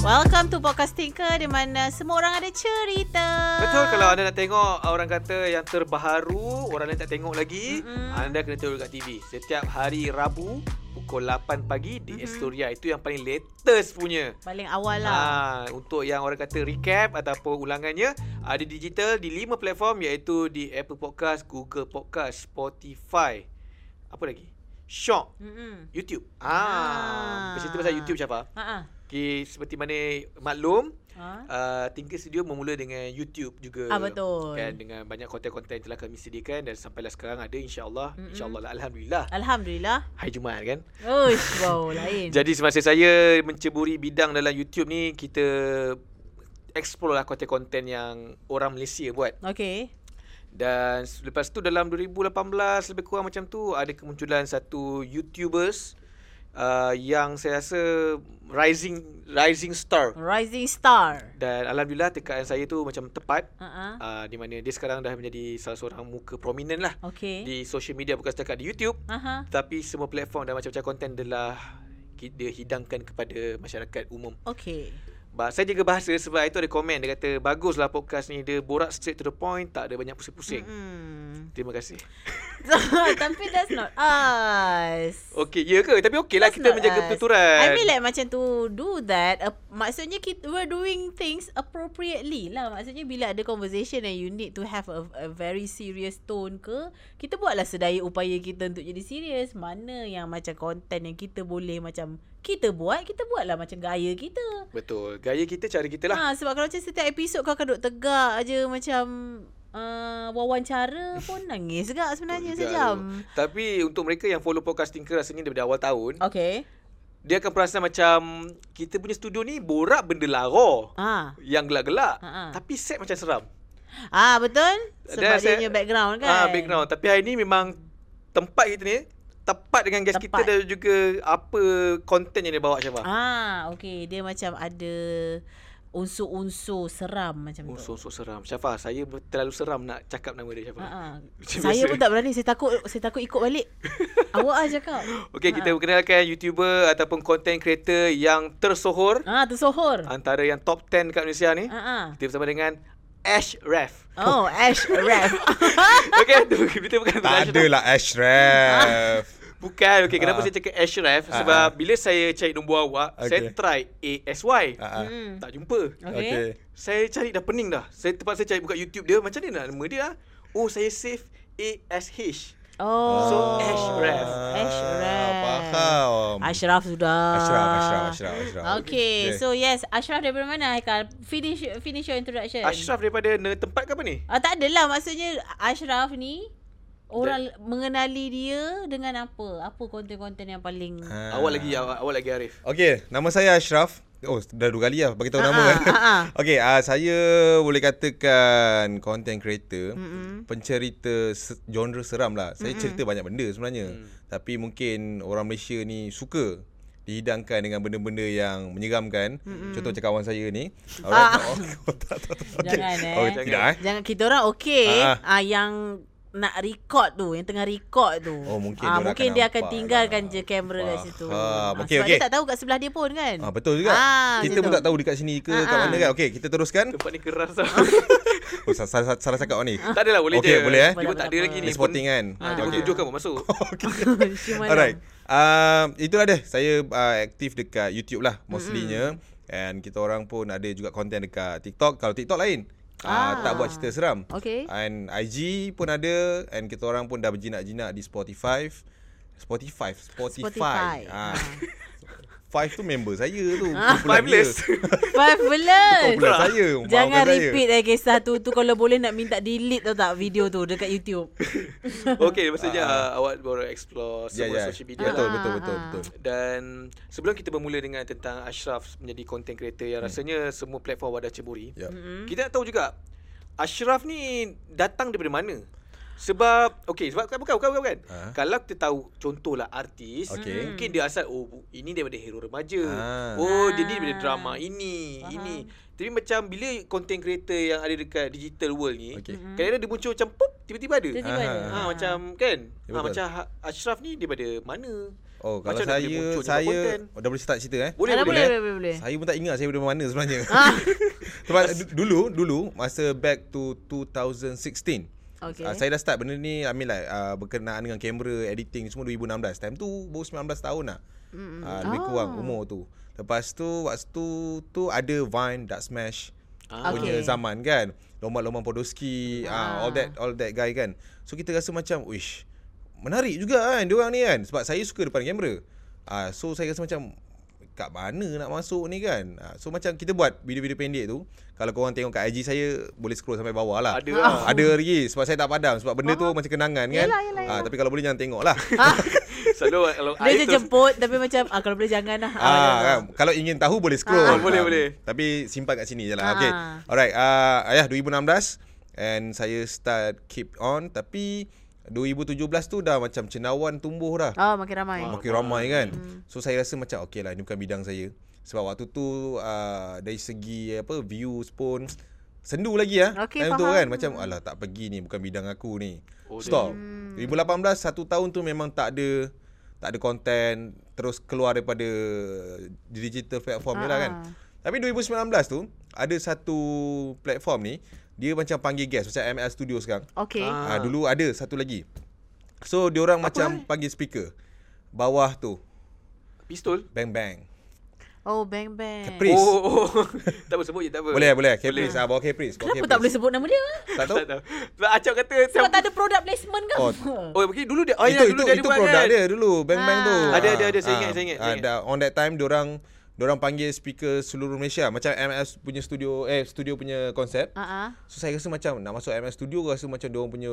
Welcome to Podcast Thinker di mana semua orang ada cerita. Betul kalau anda nak tengok orang kata yang terbaharu, orang lain tak tengok lagi, Mm-mm. mm-hmm. anda kena tengok kat TV. Setiap hari Rabu pukul 8 pagi di Mhm. mm-hmm. Astoria. Itu yang paling latest punya. Paling awal lah. Ha, untuk yang orang kata recap ataupun ulangannya ada digital di lima platform iaitu di Apple Podcast, Google Podcast, Spotify. Apa lagi? Shock, Hmm. YouTube. Ah. Ah, bercerita pasal YouTube siapa? Ha ah. Okay, seperti mana maklum, Ha. uh, Tinker Studio bermula dengan YouTube juga. Ah, betul. Kan dengan banyak konten-konten yang telah kami sediakan dan sampailah sekarang ada insya-Allah, Mm-mm. insya-Allah lah, alhamdulillah. Alhamdulillah. Hari Jumaat kan. Uish, wow, lain. Jadi semasa saya menceburi bidang dalam YouTube ni kita explore lah konten-konten yang orang Malaysia buat. Okey. Dan lepas tu dalam 2018 lebih kurang macam tu ada kemunculan satu YouTubers uh, yang saya rasa rising rising star. Rising Star. Dan alhamdulillah tekaan saya tu macam tepat Ha ah. uh, di mana dia sekarang dah menjadi salah seorang muka prominent lah Okey. di social media bukan setakat di YouTube Aha. tapi semua platform dan macam-macam konten adalah ki- dia hidangkan kepada masyarakat umum. Okey. Ba- saya jaga bahasa sebab itu ada komen dia kata baguslah podcast ni dia borak straight to the point tak ada banyak pusing-pusing. Hmm. Terima kasih. Tapi that's not us. Okey, ya ke? Tapi okeylah That's kita not us. menjaga pertuturan. I mean like macam to do that uh, Maksudnya kita, we're doing things appropriately lah Maksudnya bila ada conversation and you need to have a, a very serious tone ke Kita buatlah sedaya upaya kita untuk jadi serious Mana yang macam content yang kita boleh macam Kita buat, kita buatlah macam gaya kita Betul. Gaya kita cara kita lah. ha, Sebab kalau macam setiap episod kau akan duduk tegak je macam uh, Wawancara pun nangis juga sebenarnya Betul juga sejam tu. Tapi untuk mereka yang follow podcast Tinker rasanya daripada awal tahun, Okay dia akan perasan macam kita punya studio ni borak benda lara. Ah, Yang gelak-gelak. Ha-ha. Tapi set macam seram. ah betul Dan Sebab saya- dia punya background kan Ah background. Tapi hari ni memang tempat kita ni tepat dengan guest kita Tepat. dan juga apa konten yang dia bawa Syafa. Ah, okey. Dia macam ada unsur-unsur seram macam tu. Unsur-unsur Oh, seram. Syafa, saya ber- terlalu seram nak cakap nama dia Syafa. Ha Macam Saya biasa. pun tak berani. Saya takut saya takut ikut balik. Awak ah cakap. Okey, kita perkenalkan YouTuber ataupun content creator yang tersohor Ah, tersohor. antara yang top 10 kat Malaysia ni. Ha ah. Kita bersama dengan Ash Ref. Oh, Ash Ref. Okey, tu kita bukan Tak ada lah Ashraf. Bukan. Okey, kenapa Ah. saya cakap Ash Ref? Ah, Sebab bila saya cari nombor awak, saya Okey. try ASY. Ah, ah. Hmm. Tak jumpa. Okey. Okey. Saya cari dah pening dah. Saya terpaksa cari buka YouTube dia. Macam mana nak nama dia? ah? Oh, saya save ASH. Oh. So, Ashraf. Ashraf. Ah, Faham. Ashraf sudah. Ashraf, Ashraf, Ashraf, Ashraf. Okay, Okey. so yes, Ashraf daripada mana Haikal? Finish finish your introduction. Ashraf daripada ne- tempat ke apa ni? Ah, tak adalah maksudnya Ashraf ni orang mengenali dia dengan apa? Apa konten-konten yang paling Ah. Awak lagi awak, awak lagi Arif. Okey, nama saya Ashraf. Oh, dah dua kali lah bagi tahu Ah, nama ah, kan. ah, ah. Okey, ah, saya boleh katakan content creator, Mm-mm. pencerita se- genre seram lah. Saya cerita banyak benda sebenarnya. Hmm. Tapi mungkin orang Malaysia ni suka dihidangkan dengan benda-benda yang menyeramkan. Contoh macam kawan saya ni. Ah. Alright. Oh, tak, tak, tak. Okey. Jangan, eh. Okey, tidak eh. Jangan kita orang okey Ah, ah yang nak record tu yang tengah record tu. Oh, mungkin ah, dia mungkin akan dia akan nampak tinggalkan lah. je kamera kat situ. Faham. Ah, Okey, sebab okey. dia tak tahu kat sebelah dia pun kan. Ah betul juga. Ah, kita macam pun tu. tak tahu dekat sini ke kat Ah, mana ah. kan. Okey, kita teruskan. Tempat ni keras tau. Oh, salah, salah, salah cakap awak ni. tak adalah boleh Okey, je. boleh, eh? Dia pun tak ada Boleh, lagi ni. Dia sporting kan. Ha, Ah. jam tujuh kamu masuk. Macam mana? Alright. Um, itulah deh. Saya uh, aktif dekat YouTube lah mostlynya. And kita orang pun ada juga konten dekat TikTok. Kalau TikTok lain. Ah. Ah. tak buat cerita seram. Okey. And IG pun ada. And kita orang pun dah berjinak-jinak di Spotify. Spotify. Spotify. Spotify. Ah. Five tu member saya tu. Kumpulan dia. Fabulous. Five belas. Kumpulan saya. Ah. Jangan maafkan saya. repeat eh kisah tu tu kalau boleh nak minta delete tau tak video tu dekat YouTube. Okey, maksudnya uh, awak baru explore Ah, Ya, semua ya. social media. lah. Betul, Ah, betul, ah, betul, ah. betul. Dan sebelum kita bermula dengan tentang Ashraf menjadi content creator yang Hmm. rasanya semua platform wadah ceburi. Ya. Hmm. Kita nak tahu juga Ashraf ni datang daripada mana? Sebab okey sebab bukan bukan bukan bukan. Ah. Kalau kita tahu contohlah artis Okey. mungkin dia asal oh bu- ini daripada hero remaja. Ah. Oh dia ni Ah. daripada drama ini ini. Tapi macam bila content creator yang ada dekat digital world ni Okey. kadang kadang dia muncul macam pop tiba-tiba ada. Tiba-tiba Ah. ada. Ha, macam kan? Ya, ha, betul. macam Ha- Ashraf ni daripada mana? Oh, Macam kalau mana boleh saya munculnya saya content? oh, dah boleh start cerita eh. Boleh Alah, boleh. eh? Ah, boleh, boleh, boleh. Saya pun tak ingat saya dari mana sebenarnya. Sebab du- dulu dulu masa back to 2016. Okay. Okay. Uh, saya dah start benda ni I mean like uh, berkenaan dengan kamera, editing ni semua 2016. Time tu baru 19 tahun lah. Mm. Uh, lebih kurang umur tu. Lepas tu waktu tu, tu ada Vine, Dark Smash. Ah. Ah. punya Okay. zaman kan. Lomba-lomba podoski, Ah. ah. uh, all that all that guy kan. So kita rasa macam, wish menarik juga kan diorang ni kan. Sebab saya suka depan kamera. Ah uh, so saya rasa macam kat mana nak masuk ni kan. Uh, so macam kita buat video-video pendek tu, kalau korang tengok kat IG saya boleh scroll sampai bawah lah. Ada lah. Ada lagi sebab saya tak padam sebab benda tu macam kenangan kan. Yelah, yelah, Ah, tapi kalau boleh jangan tengok lah. Selalu kalau Dia je Arif terus- jemput tapi macam ah kalau boleh jangan lah. Ah, kan? kalau ingin tahu boleh scroll. ya, Ah. Ah, Boleh, boleh. Tapi simpan kat sini je lah. Ah. Okay. Alright. Uh, ayah 2016 and saya start keep on tapi 2017 tu dah macam cenawan tumbuh dah. Oh, makin ramai. Makin ramai kan. So saya rasa macam okay lah ini bukan bidang saya. Sebab waktu tu uh, dari segi apa views pun sendu lagi ah. Okay, Time tu faham. kan macam alah tak pergi ni bukan bidang aku ni. Oh, Oh, Stop. Hmm. 2018 satu tahun tu memang tak ada tak ada konten terus keluar daripada digital platform ni lah Ah, kan. Tapi 2019 tu ada satu platform ni dia macam panggil guest macam ML Studio sekarang. Okay. Ah. Ah. dulu ada satu lagi. So diorang eh? macam panggil speaker bawah tu Pistol. bang bang. Oh, bang bang. Caprice. Oh, Oh. oh. tak apa sebut je tak apa. Boleh boleh Caprice. Ah bawa Caprice. Kenapa bawa Caprice. tak boleh sebut nama dia? Tak tahu. Tak tahu. Sebab Acap kata Sebab macam- tak ada product placement ke Oh, apa? Oh, mungkin dulu dia. Oh, itu ya, dulu itu dia ada itu buat produk kan? dia dulu bang bang tu. Ada, ada, Ah, ada. Saya ingat, ah, saya ingat, ah, saya ingat. dah- on that time diorang diorang panggil speaker seluruh Malaysia macam MS punya studio eh studio punya konsep. Ah ah. So saya rasa macam nak masuk MS studio rasa macam diorang punya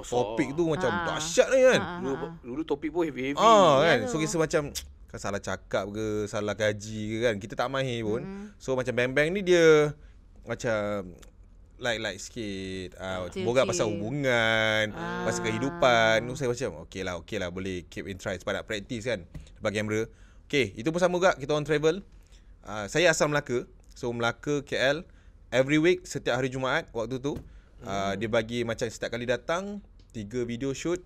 Besar. topik tu macam Ah. dahsyat ni kan. Dulu, dulu topik pun heavy-heavy. Ya Ah kan. tu. So kita macam kan salah cakap ke, salah gaji ke kan. Kita tak mahir pun. Mm. So macam Bang Bang ni dia macam light-light sikit uh, Chill-chill. Borak pasal hubungan Pasal kehidupan So saya macam Okay lah okay lah Boleh keep in try Sebab nak practice kan Depan kamera Okay itu pun sama juga Kita on travel uh, Saya asal Melaka So Melaka KL Every week Setiap hari Jumaat Waktu tu uh, Dia bagi macam Setiap kali datang Tiga video shoot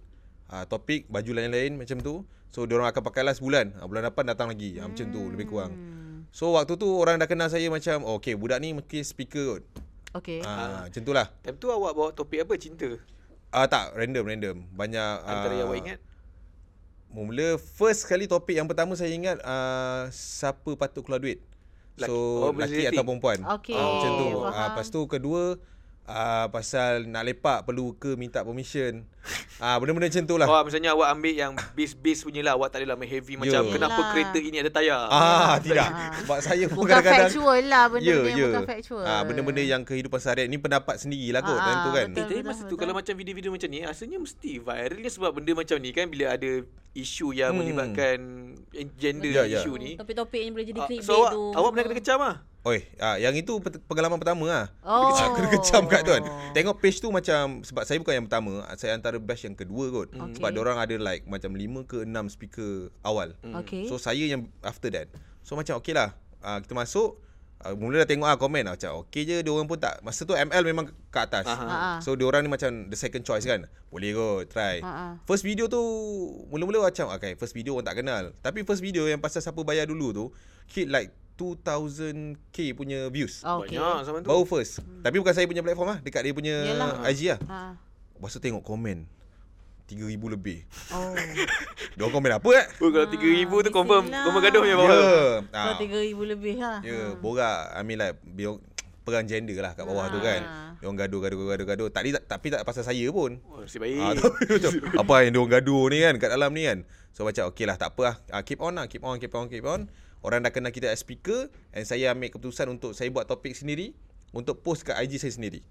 uh, topik baju lain-lain macam tu so diorang akan pakailah sebulan uh, bulan depan datang lagi uh, macam tu lebih kurang so waktu tu orang dah kenal saya macam oh, okay budak ni mungkin speaker kot Okay. uh, macam tu lah Time tu awak bawa topik apa? Cinta. uh, tak random random banyak uh, Antara yang awak ingat. mula first kali topik yang pertama saya ingat uh, siapa patut keluar duit Laki- oh, so lelaki dating. atau perempuan Okay, Ah, macam tu faham. uh, lepas tu kedua uh, pasal nak lepak perlu ke minta permission ah uh, benda-benda macam tu lah Oh, misalnya awak ambil yang base-base punya lah. Awak tak adalah main heavy macam Yo. kenapa Yelah. kereta ini ada tayar. Ya. Ah, tidak. Sebab saya pun Bukan kadang-kadang factual lah benda Ya, yeah, yang ya. bukan factual. Ah, benda-benda yang kehidupan seharian ni pendapat sendirilah kot Ah, time tu kan. betul. Eh, tapi masa tu betul. kalau macam video-video macam ni rasanya mesti viralnya sebab benda macam ni kan bila ada isu yang hmm. Hmm. melibatkan gender Ya, yeah, ya. yeah. isu ni. Topik-topik yang boleh jadi Ah, clickbait so awak, tu. awak pernah kena kecam ah? Oi, ah, yang itu pe- pengalaman pertama lah. Oh. Aku kena kecam kat tu kan. Tengok page tu macam sebab saya bukan yang pertama, ah, saya antara batch yang kedua kot. Mm. Okay. Sebab diorang ada like macam 5 ke 6 speaker awal. Mm. Okay. So saya yang after that. So macam okay lah. Ah, kita masuk Uh, mula dah tengok ah komen lah macam okey je dia orang pun tak masa tu ML memang ke atas. Aha. So dia orang ni macam the second choice kan. Boleh kot try. Ah, ah. First video tu mula-mula macam ah, okay first video orang tak kenal. Tapi first video yang pasal siapa bayar dulu tu hit like 2000k punya views. Oh, okay. Banyak zaman tu. Baru first. Tapi bukan saya punya platform lah, dekat dia punya Yelah. IG lah. Ah. Lepas tu tengok komen 3000 lebih. Oh. Dia komen apa eh? Oh, kalau 3000 tu confirm mestilah. confirm gaduh punya Ya. bawah. Yeah. Kau Ah. 3000 lebih lah. Ya, borak. I mean like biar perang gender lah kat bawah tu kan. Dia orang gaduh-gaduh-gaduh-gaduh. Tadi tak, tapi tak pasal saya pun. Oh, nasib baik. Ah, tapi macam apa yang diorang gaduh ni kan kat dalam ni kan. So macam okey lah tak apa lah. Ah, keep on lah, keep on, keep on, keep on. Orang dah kenal kita as speaker and saya ambil keputusan untuk saya buat topik sendiri untuk post kat IG saya sendiri.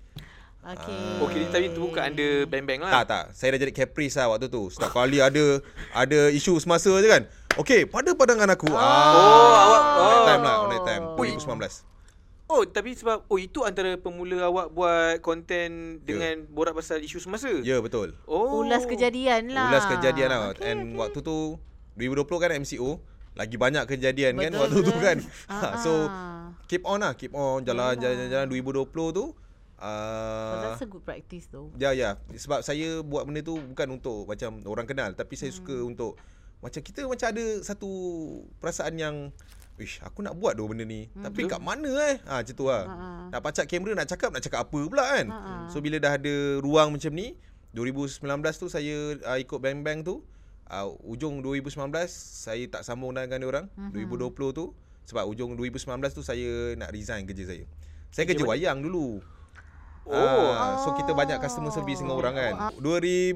Okay. Ah. Oh, kini tapi tu bukan under bang-bang Tak lah. tak, saya dah jadi caprice lah waktu tu. Setiap kali ada ada isu semasa je kan. Okey, pada pandangan aku. Oh, ah, awak- on that oh. time lah, on that time. Oh, 2019. Oh, tapi sebab oh itu antara pemula awak buat konten dengan borak pasal isu semasa. Ya, yeah, betul. Oh. Ulas kejadian lah. Ulas kejadian lah okay, And okay. waktu tu 2020 kan MCO Lagi banyak kejadian kan Betul, Waktu tu betul. kan Ah, ha, So ah. Keep on lah Keep on Jalan jalan jalan 2020 tu Oh, uh, that's a good practice though. Ya ya Sebab saya buat benda tu Bukan untuk Macam orang kenal Tapi saya suka untuk Macam kita macam ada satu perasaan yang Ish, aku nak buat doh benda ni. Hmm. Tapi kat mana eh? Ha, macam tu lah. Ha-ha. Nak pacak kamera, nak cakap, nak cakap apa pula kan? Ha-ha. So, bila dah ada ruang macam ni, 2019 tu saya uh, ikut Bang Bang tu. Uh, ujung 2019, saya tak sambung dengan dia orang. Hmm. 2020 tu, sebab ujung 2019 tu saya nak resign kerja saya. Saya kerja, kerja wayang dulu. Oh. Ah, so kita banyak customer service dengan orang kan. 2000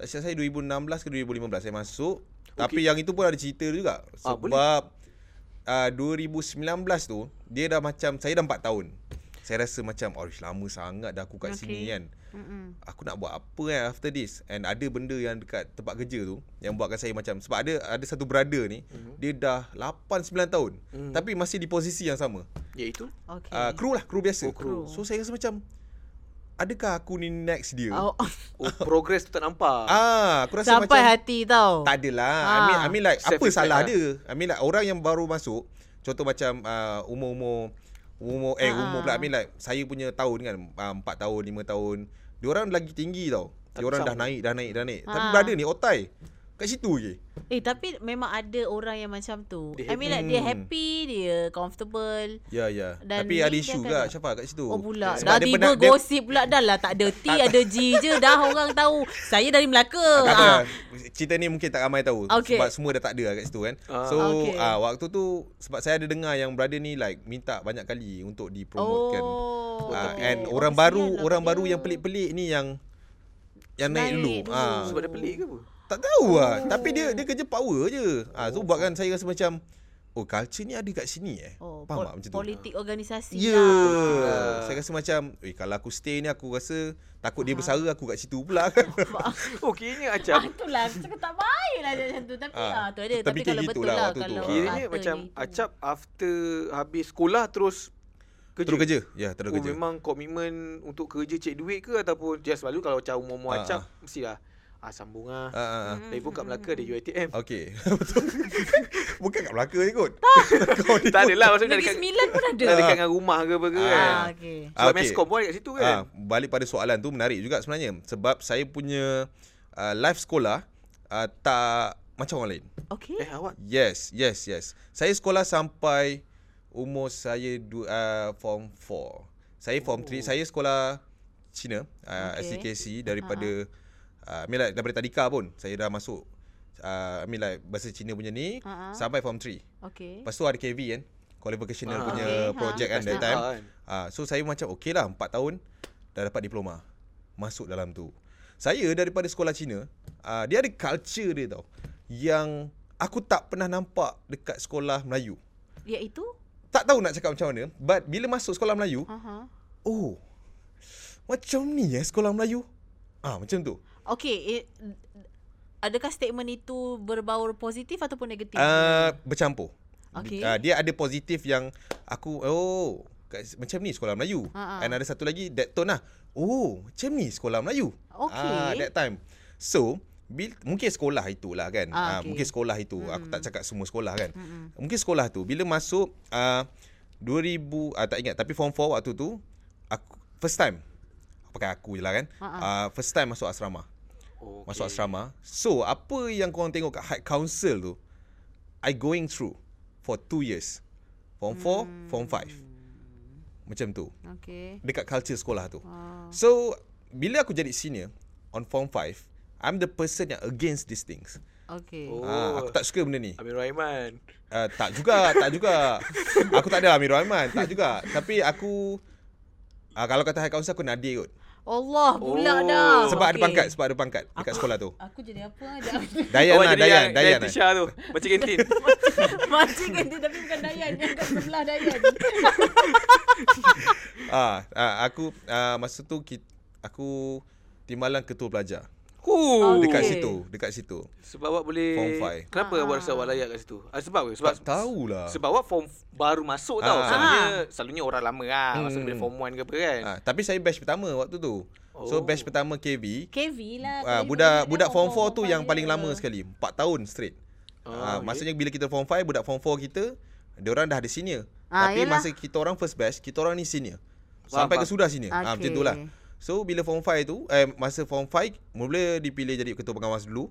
tak silap saya 2016 ke 2015 saya masuk. Okay. Tapi yang itu pun ada cerita dia juga. Ah, boleh. Sebab ah, 2019 tu dia dah macam saya dah 4 tahun. Saya rasa macam oh lama sangat dah aku kat okay. sini Okay. kan. Mm-mm. Aku nak buat apa kan after this And ada benda yang dekat tempat kerja tu Yang buatkan saya macam Sebab ada ada satu brother ni Mhm. mm-hmm. Dia dah 8-9 tahun mm. Tapi masih di posisi yang sama Iaitu Okay. uh, Kru lah, kru biasa Oh, kru. So saya rasa macam Adakah aku ni next dia? Oh, oh, progress tu tak nampak. Ah, aku rasa sampai Ah. macam hati tau. Tak adalah ha. I mean, I mean like Apa Self-reflect salah lah. dia? I mean like orang yang baru masuk Contoh macam uh, umur-umur Umur eh Ah. umur pula I mean like Saya punya tahun kan uh, 4 tahun, 5 tahun Diorang lagi tinggi tau Diorang dah sama. naik, dah naik, dah naik Tapi Ah. brother ni otai Kat situ je Eh tapi memang ada orang yang macam tu. Dia I mean like dia Hmm. happy, dia comfortable. Ya, ya Dan ni Tapi ada dia isu akan- juga Syafa kat situ Oh pula. Dah Sebab dia tiba penat- dia- gosip pula dah lah tak ada T ada G je dah orang tahu. Saya dari Melaka. Tak apa. Ah. Cerita ni mungkin tak ramai tahu Okay. okay. sebab semua dah tak ada lah kat situ kan. Ah. So Okay. okay. ah waktu tu sebab saya ada dengar yang brother ni like minta banyak kali untuk dipromote kan. Oh. Ah, tapi- and oh, orang kesian baru lah orang kat baru dia. yang pelik-pelik ni yang yang Naik Oh. naik, dulu. dulu. Ah. Sebab dia pelik ke apa? Tak tahu lah. Tapi dia dia kerja power je. Ah Oh. tu buatkan saya rasa macam oh culture ni ada kat sini eh. Oh, Faham pol- tak macam tu? politik organisasi lah. Ya. Yeah. Saya rasa macam, eh kalau aku stay ni aku rasa takut dia bersara aku kat situ pula kan. Oh, kiranya Ah, macam itulah aku cakap tak baik lah macam tu Tapi ah, Ah, tu ada kita Tapi fikir kalau betul gitulah lah waktu tu. kalau Kiranya kata macam gitu. Acap after habis sekolah terus kerja. Terus kerja. Ya, terus oh, kerja. memang komitmen untuk kerja cek duit ke ataupun dia selalu kalau macam umur-umur Ah, Acap mestilah ah sambung ah. Ah, ah, ah. Lagipun kat Melaka ada UiTM. Okey. Betul. Bukan kat Melaka je kot. Tak. Kau ni tak adalah maksudnya Negeri dekat Sembilan pun ada dekat, dekat dengan rumah ke apa ke kan. ah, okay. Sebab Ah, okey. Meskom pun ada kat situ kan. Ah, balik pada soalan tu menarik juga sebenarnya sebab saya punya uh, life sekolah uh, tak macam orang lain. okay Eh awak Yes, yes, yes. Saya sekolah sampai umur saya du, uh, form 4. Saya form Oh. 3. Saya sekolah Cina, uh, Okay. okay. SCKC daripada Ha, uh, I mean like, daripada tadika pun saya dah masuk uh, I mean like bahasa Cina punya ni Ha, Ha-ha. sampai form 3. Okay Lepas tu ada KV kan Qualificational Eh. Ah, punya okay, ha. project kan that Lepas time tu, ah, kan. ah, So saya macam okay lah 4 tahun Dah dapat diploma Masuk dalam tu Saya daripada sekolah Cina ah, Dia ada culture dia tau Yang aku tak pernah nampak Dekat sekolah Melayu Iaitu Tak tahu nak cakap macam mana But bila masuk sekolah Melayu uh-huh. Oh Macam ni eh sekolah Melayu Ah macam tu Okay it, Adakah statement itu berbaur positif ataupun negatif? Uh, bercampur. Okey. Uh, dia ada positif yang aku oh kat, macam ni sekolah Melayu. Ha, ha. And ada satu lagi that tone lah. Oh, macam ni sekolah Melayu. Okey. Ah, that time. So, bil, mungkin sekolah itulah kan. Ah, Ah, okey. mungkin sekolah itu. Aku tak cakap semua sekolah kan. Mungkin sekolah tu bila masuk uh, 2000 uh, tak ingat tapi form 4 waktu tu aku first time pakai aku je lah kan. Ha, Uh, first time masuk asrama Oh, masuk asrama. So, apa yang korang tengok kat High Council tu, I going through for 2 years. Form 4, Hmm. form 5. Macam tu. Okay Dekat culture sekolah tu. Ah. So, bila aku jadi senior on form 5, I'm the person yang against these things. Okay Oh. oh. Ah, aku tak suka benda ni. Amir Rahman. Uh, tak juga, tak juga. Aku tak ada Amirul Rahman, tak juga. Tapi aku uh, kalau kata High Council aku nadir kot. Allah pula Oh. Ah. dah Sebab okay. ada Okey. pangkat, sebab ada pangkat dekat sekolah tu. Aku jadi apa Dayan Oh, lah, jadi Dayan, yang- Dayan. yang lah. Tisha tu. Macam kantin. Macam kan dia tapi bukan Dayan Yang kat sebelah Dayan Ah, ah aku ah, masa tu ki- aku timbalan ketua pelajar. Huh. Okay. Dekat situ, dekat situ. Sebab awak boleh Form five. Kenapa awak rasa awak layak kat situ? Ah, sebab ke? Sebab Tak tahulah. Sebab awak form f- baru masuk tau. Ah. Selalunya selalunya orang lama lah. Hmm. Masuk Hmm. bila form 1 ke apa kan. Ah, tapi saya batch pertama waktu tu. Oh. So batch pertama KV, KV lah ah, Kali budak dia budak dah form 4 tu form yang five paling dia. lama sekali, 4 tahun straight. Oh, Ah, okay. maksudnya bila kita form 5, budak form 4 kita, dia orang dah ada senior. Ah, tapi yelah. masa kita orang first batch, kita orang ni senior. Faham, Sampai ke faham. sudah senior. Ah, macam Okay. tu lah. So bila form 5 tu, eh, masa form 5 mula dipilih jadi ketua pengawas dulu.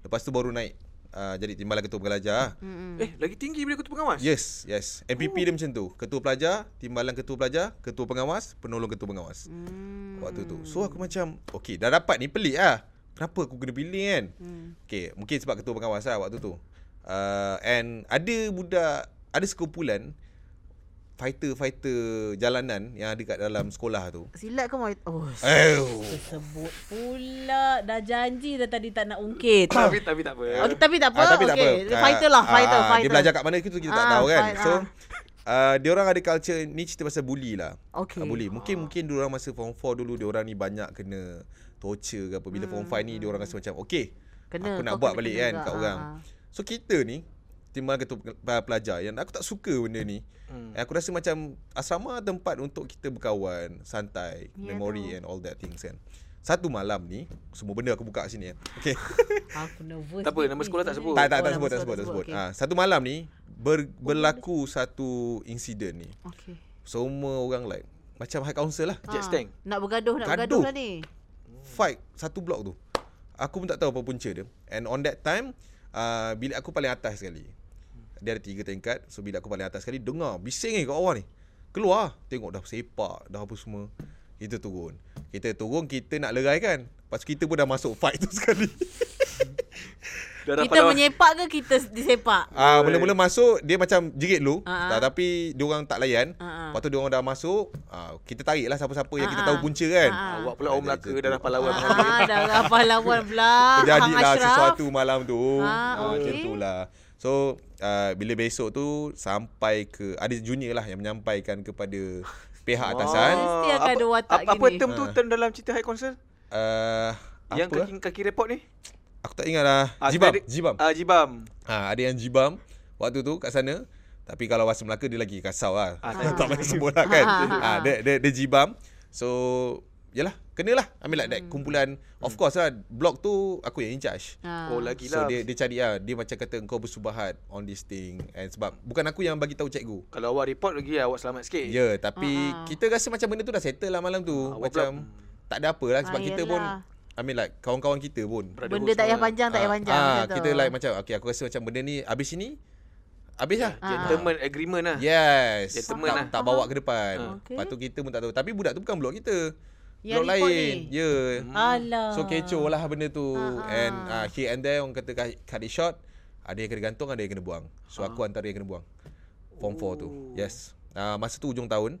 Lepas tu baru naik uh, jadi Timbalan Ketua lah. Pelajar. Mm-mm. Eh, lagi tinggi bila ketua pengawas? Yes, yes. MPP dia macam tu. Ketua pelajar, timbalan ketua pelajar, ketua pengawas, penolong ketua pengawas. Mm. Waktu tu. So aku macam, okay dah dapat ni pelik lah. Kenapa aku kena pilih kan? Mm. Okay, mungkin sebab ketua pengawas lah waktu tu. Uh, and ada budak, ada sekumpulan fighter-fighter jalanan yang ada kat dalam sekolah tu. Silat ke Muay Oh, Ayuh. tersebut pula. Dah janji dah tadi tak nak ungkit. Tapi tapi tak apa. Okay, tapi tak apa. Ah, tapi tak okay. apa. Fighter lah, Ah, fighter, ah, fighter. Dia belajar kat mana kita kita tak Ah, tahu kan. fight, So ah. uh, dia orang ada culture ni cerita pasal bully lah. Okay. Ah, bully. Mungkin mungkin dia orang masa form 4 dulu dia orang ni banyak kena torture ke apa. Bila form 5 ni dia orang rasa macam okay. Hmm. Kena, aku nak kau buat kena balik kena kan juga. kat orang. Ah, ah. So kita ni timbalan ketua pe- pelajar yang aku tak suka benda ni. Hmm. Aku rasa macam asrama tempat untuk kita berkawan, santai, Ya memory and all that things kan. Satu malam ni semua benda aku buka kat sini kan. Okay. Aku nervous. Tak apa, sikit nama ni. sekolah tak Sebenarnya- sebut. tak tak Oh, tak nama sebut tak sekolah sebut tak sebut. Okay. Ah satu malam ni ber, berlaku satu insiden ni. Okay. Semua orang like macam high council lah. Jet stank. Nak bergaduh, nak bergaduh Gaduh. lah ni. Fight satu blok tu. Aku pun tak tahu apa punca dia. And on that time uh, bilik aku paling atas sekali. Dia ada tiga tingkat So bila aku paling atas sekali Dengar bising ni kat awal ni Keluar Tengok dah sepak Dah apa semua Kita turun Kita turun Kita nak lerai kan Lepas tu kita pun dah masuk fight tu sekali Dah Kita menyepak ke kita disepak? Ah uh, mula-mula masuk dia macam jerit dulu Ah, uh-huh. tapi dia orang tak Ah, layan. ah. Uh-huh. Lepas tu dia orang dah masuk, ah kita tariklah siapa-siapa yang kita Ah, tahu ah. punca kan. Ah, Awak pula orang Melaka dah dah pahlawan. Ah, darah pahlawan pula. Terjadilah Hang Ah, Ashraf. sesuatu malam tu. Ah, Ah okey. macam itulah. So uh, bila besok tu sampai ke ada junior lah yang menyampaikan kepada pihak atasan Mesti akan ada watak apa, Apa gini. term tu term dalam cerita High Council? uh, Yang Ah. kaki, apa? kaki report ni? Aku tak ingat lah. Ah, jibam, tadi- jibam. Ah, jibam. Ha, ada yang jibam waktu tu kat sana. Tapi kalau bahasa Melaka dia lagi kasau lah. Ah, Ah, tak tak apa. banyak sebut lah kan. Ah, ah, Ah, ah. dia, dia, dia jibam. So, yalah. Kenalah ambil lah that Hmm. kumpulan. Of course lah, blog tu aku yang in charge. Ah. Oh, lagi lah. So dia dia cari lah Dia macam kata Engkau bersubahat On this thing And sebab Bukan aku yang bagi tahu cikgu Kalau awak report lagi awak selamat sikit. Ya yeah, tapi Ah. Kita rasa macam benda tu dah settle lah malam tu awak Macam Tak ada apa lah Sebab Ah, kita pun yelah. I mean like Kawan-kawan kita pun Brotherhood Benda tak payah semua. panjang, tak payah Ah, panjang. ah, macam tu. Kita like macam Okay aku rasa macam benda ni Habis sini Habis lah Ah. Gentleman agreement lah. Ya. Yes Gentleman tak, lah. tak bawa ke depan Ah. okay. Okay. Lepas tu kita pun tak tahu Tapi budak tu bukan blok kita Yang report Blok lain ni? Hmm. Ya yeah. Alah. So kecoh lah benda tu Ah, ah. And uh, here and there Orang kata cut cut it short Ada yang kena gantung Ada yang kena buang So Ah. aku antara yang kena buang Form 4 tu Yes uh, Masa tu ujung tahun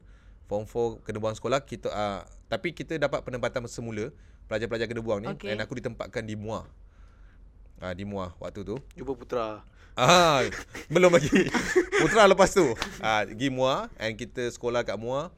Form 4 kena buang sekolah kita uh, Tapi kita dapat penempatan semula Pelajar-pelajar kena buang ni Okay. okay. And aku ditempatkan di Muar uh, Di Muar waktu tu Jumpa Putra. Ah, belum lagi. Putra lepas tu. Ah, pergi Muar and kita sekolah kat Muar.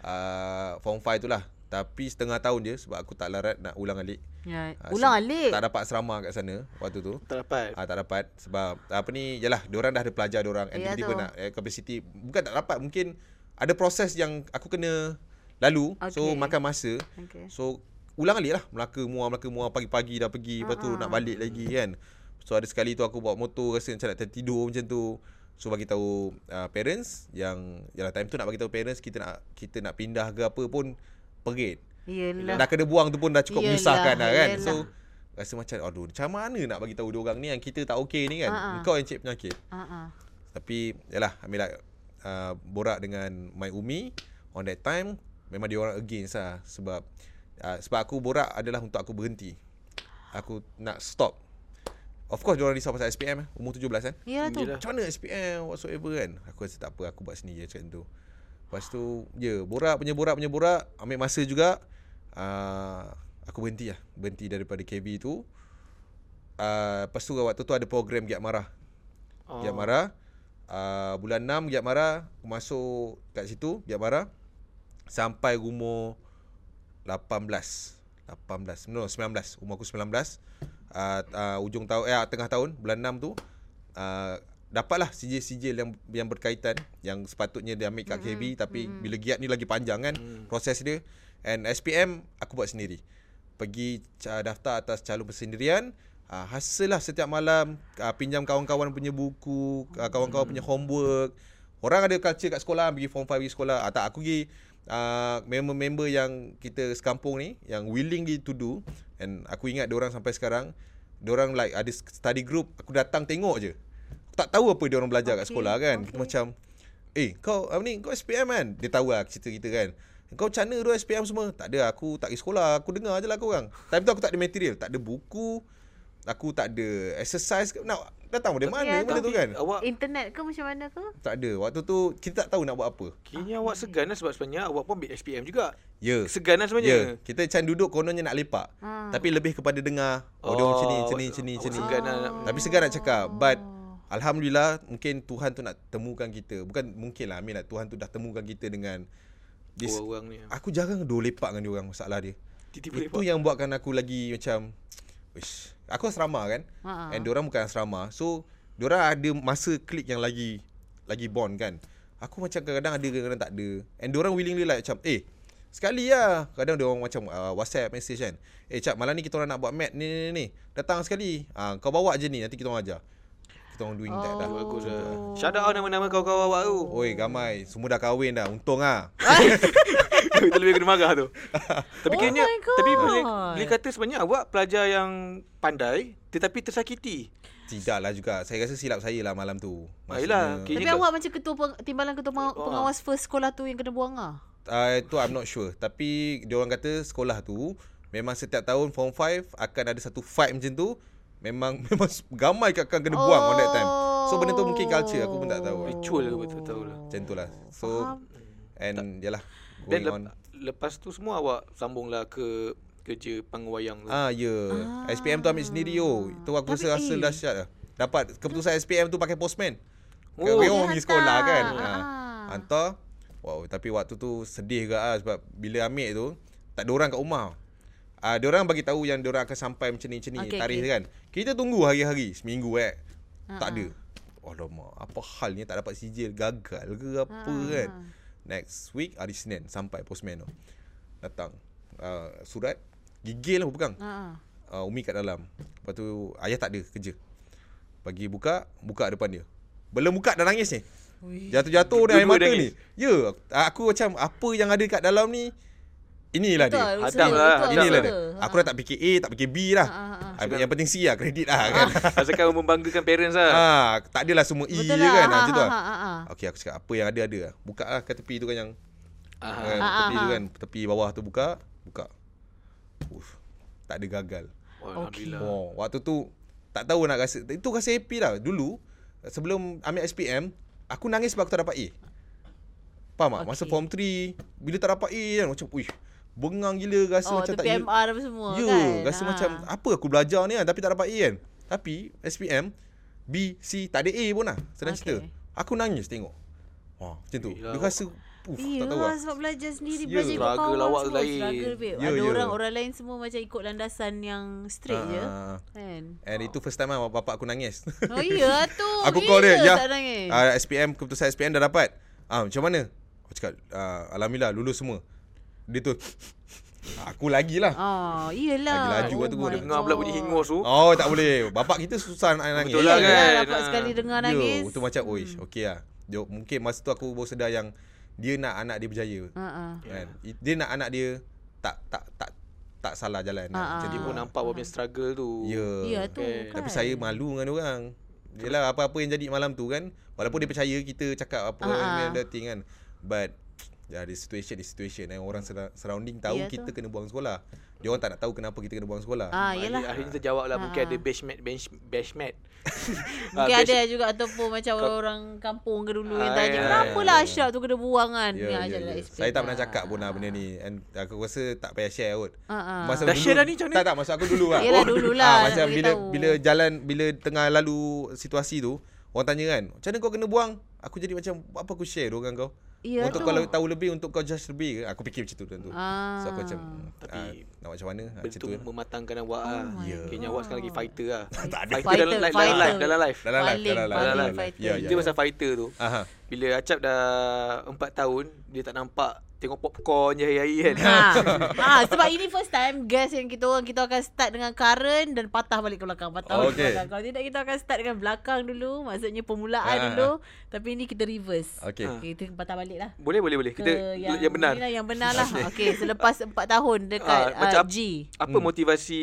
Ah, form 5 tu lah. Tapi setengah tahun je sebab aku tak larat nak ulang alik. Ya, Ah, ulang se- alik. Tak dapat asrama kat sana waktu tu. Tak dapat. Ah, tak dapat sebab apa ni yalah diorang dah ada pelajar diorang and Ya tiba-tiba tu. nak eh, capacity bukan tak dapat mungkin ada proses yang aku kena lalu okay. so Okay. makan masa Okay. So ulang alik lah Melaka muar Melaka muar pagi-pagi dah pergi Lepas tu Ah, nak balik lagi kan So ada sekali tu aku bawa motor rasa macam nak tertidur macam tu So bagi tahu uh, parents yang yalah time tu nak bagi tahu parents kita nak kita nak pindah ke apa pun perit. Yelah. Dah kena buang tu pun dah cukup Yelah, menyusahkan dah kan. yelah. So rasa macam aduh macam mana nak bagi tahu dia orang ni yang kita tak okey ni kan. Ha, ha. Engkau yang cik penyakit. Ah, ah. Tapi yalah Amira uh, borak dengan my umi on that time memang dia orang against lah sebab uh, sebab aku borak adalah untuk aku berhenti. Aku nak stop. Of course dia orang risau pasal SPM eh, umur 17 kan. Yelah tu. Yelah. Macam mana SPM whatsoever kan. Aku rasa tak apa aku buat sendiri je macam tu. Lepas tu ya yeah, borak punya borak punya borak ambil masa juga uh, aku berhenti lah berhenti daripada KB tu. Uh, lepas tu waktu tu ada program Giat Marah Oh. Giat Mara. Uh, bulan 6 Giat Mara aku masuk kat situ Giat Mara sampai umur 18. 18. No, 19. Umur aku 19. Uh, uh, ujung tahun eh tengah tahun bulan 6 tu uh, dapatlah sijil-sijil yang yang berkaitan yang sepatutnya dia ambil kat KB mm-hmm. tapi mm-hmm. bila giat ni lagi panjang kan mm. proses dia and SPM aku buat sendiri pergi uh, daftar atas calon persendirian uh, hasil lah setiap malam uh, pinjam kawan-kawan punya buku uh, kawan-kawan punya homework orang ada culture kat sekolah pergi form 5 pergi sekolah uh, tak aku pergi uh, member-member yang kita sekampung ni yang willingly to do and aku ingat dia orang sampai sekarang Diorang like ada study group, aku datang tengok je. Aku tak tahu apa diorang belajar okay, kat Okay, sekolah kan. Okay. okay. Macam eh kau apa ni kau SPM kan? Dia tahu lah cerita kita kan. Kau macam mana tu SPM semua? Tak ada, aku tak pergi sekolah, aku dengar je lah korang. Tapi tu aku tak ada material, tak ada buku, aku tak ada exercise. ke- Nak datang dari Tapi- mana benda tu kan? Awak Internet ke macam mana ke? Tak ada. Waktu tu kita tak tahu nak buat apa. Kini awak segan lah sebab sebenarnya awak pun ambil SPM juga. Ya. Segan lah Ya, sebenarnya. kita macam duduk kononnya nak lepak. Ah. Tapi lebih kepada dengar. Oh, dia orang macam ni, macam ni, macam ni, awak macam ni. Segan lah. nak- Tapi segan nak cakap, but alhamdulillah mungkin Tuhan tu nak temukan kita. Bukan mungkin lah, amin lah Tuhan tu dah temukan kita dengan this. Dua orang ni. Aku jarang duduk lepak dengan dia orang masalah dia. Tiba-tiba Itu lepak. yang buatkan aku lagi macam Wish. Aku asrama kan Ha. And diorang bukan asrama So Diorang ada masa klik yang lagi Lagi bond kan Aku macam kadang-kadang ada Kadang-kadang tak ada And diorang willingly like macam Eh Sekali lah Kadang diorang macam uh, Whatsapp message kan Eh cap malam ni kita orang nak buat mat ni ni ni, ni Datang sekali ah, Kau bawa je ni Nanti kita orang ajar Kita orang doing oh. that dah Bagus lah. Shout out nama-nama kawan-kawan awak tu. Oi ramai Semua dah kahwin dah Untung lah Itu lebih kena marah tu. tapi Oh kiranya, my God. tapi boleh, boleh kata sebenarnya awak pelajar yang pandai tetapi tersakiti. Tidak lah juga Saya rasa silap saya lah malam tu Ah, yelah. Maksudnya- Tapi Ini awak macam ketua peng, timbalan ketua peng, Ah. pengawas first sekolah tu yang kena buang ah. Uh, itu I'm not sure Tapi dia orang kata sekolah tu Memang setiap tahun form 5 Akan ada satu fight macam tu Memang memang gamai akan kena buang on that time So benda Oh. tu mungkin culture Aku pun tak tahu lah. Ritual ke apa, tak tahu lah. Macam tu lah So Faham. And yalah Dan Going lep, on lepas tu semua awak sambunglah ke kerja penguayang tu. Ah ya yeah. SPM tu ambil sendiri yo Itu aku Tapi, rasa rasa eh. dahsyat lah Dapat keputusan SPM tu pakai postman Oh, Kau dia orang pergi sekolah hantar. kan ya Ah. ha. Hantar Wow tapi waktu tu sedih ke ah sebab bila ambil tu tak ada orang kat rumah. Ah dia orang bagi tahu yang dia orang akan sampai macam ni macam ni okay, Okey, tarikh okey. okay. kan. Kita tunggu hari-hari seminggu eh. Tak ada. Ah, Alamak, apa halnya tak dapat sijil gagal ke Ah. apa kan. Next week hari Senin sampai postman tu. Datang uh, surat gigil lah aku pegang Ha. ah. uh, Umi kat dalam Lepas tu ayah tak ada kerja Pagi buka Buka depan dia Belum buka dah nangis ni Jatuh-jatuh dah air Dua-dua mata nangis. ni Ya yeah, Aku macam Apa yang ada kat dalam ni Inilah Betul, dia usaha, hadap lah, betul, Inilah betul. dia Aku dah tak fikir A Tak fikir B dah Ah, ah, Ah, Yang penting C lah Kredit lah kan Asalkan membanggakan parents lah. ah, Tak adalah semua E Betul je lah. kan Ha, ah, Macam tu ha, lah ha, ha, ha. Okay aku cakap Apa yang ada ada lah. Buka lah kat tepi tu kan yang Ah. kan, Ah, Tepi ah, tu ah. kan Tepi bawah tu buka Buka Uff, Tak ada gagal Oh, Ya. Alhamdulillah. Oh, waktu tu tak tahu nak rasa itu rasa happy lah. Dulu sebelum ambil SPM, aku nangis sebab aku tak dapat A. Faham tak? Okay. Masa Okey. form 3, bila tak dapat A kan macam uish, bengang gila rasa Oh, macam tu tak PMR apa semua Ya, kan. rasa Ah. macam apa aku belajar ni kan tapi tak dapat A kan. Tapi SPM B, C tak ada A pun lah. Senang okay. cerita. Okey. Aku nangis tengok. Wah, macam tu. Yelah, Dia awak- rasa Uf, Ya tak tahu lah. sebab belajar sendiri Ya. Belajar ikut Struggle kawan awak semua lain. Struggle babe Ya, Ada ya. orang orang lain semua Macam ikut landasan yang straight je Ah, Kan And itu first time lah bapak aku nangis. Oh ya tu Aku call dia Bila Ya tak nangis uh, SPM Keputusan SPM dah dapat ah, Macam mana Aku cakap ah, Alhamdulillah lulus semua Dia tu Aku lagi lah Oh iyalah Lagi laju oh waktu tu my dia. Dengar pula bunyi God. hingus tu. Oh tak boleh Bapak kita susah nak nangis Betul Yelah, lah kan. Dapat Ah. sekali dengar Ya, nangis Hmm. Tu macam Oish okay lah dia, Mungkin masa tu aku baru sedar yang Dia nak anak dia berjaya Ha, ah. kan? Ya. I- Dia nak anak dia Tak tak tak tak salah jalan Ah, Macam Dia tu pun lah. nampak awak punya struggle tu. Ya Ya tu Eh, kan Tapi saya malu dengan orang. Yelah apa-apa yang jadi malam tu kan Walaupun dia percaya kita cakap apa Ah, ah. uh-huh. that thing kan But Ya the situation is situation eh. Orang surra- surrounding tahu Ya kita tu. kena buang sekolah Dia orang tak nak tahu kenapa kita kena buang sekolah Ah Akhirnya, yelah akhirnya terjawab lah Mungkin Ah. ada benchmate bench, Benchmate Mungkin ada juga ataupun macam orang-orang kampung ke dulu yang Ah, tanya ya, kenapa ya, lah ya. Ashraf tu kena buang kan. Ya, Ya, ya, ajarlah ya. explain Saya tak pernah lah. cakap pun lah benda ni And aku rasa tak payah share kot Ha, ah. Masa Dah dulu- share dah ni, macam mana? Tak tak masa aku dulu lah Yelah, dulu lah, Ah, Macam nak bila beritahu. bila jalan Bila tengah lalu situasi tu Orang tanya kan Macam mana kau kena buang Aku jadi macam Buat apa aku share tu dengan kau Ya Untuk tu. kau tahu lebih Untuk kau judge lebih ke? Aku fikir macam tu tentu Ah. So aku macam hmm, Tapi ah, Nak buat macam mana Ah, Macam Bentuk tu lah. mematangkan awak lah Oh my yeah. Kayaknya awak sekarang lagi fighter lah Tak ada Fighter, Fighter, dalam live fighter. Dalam live Dalam live Dalam live Paling, Dalam live paling dalam live. fighter. Ya Kita ya pasal fighter tu Aha. Bila Acap dah 4 tahun Dia tak nampak Tengok popcorn je hari-hari kan Ha. ha. sebab ini first time guest yang kita orang kita akan start dengan current dan patah balik ke belakang. Patah balik ke Okay. belakang. Kalau tidak kita akan start dengan belakang dulu, maksudnya permulaan Ah, dulu. Tapi ini kita reverse. Okay. okay kita patah balik lah. Boleh boleh boleh Kita yang, yang benar inilah yang benar lah. Okey, okay, selepas 4 tahun dekat Ah, uh, Hmm. macam- G. Apa motivasi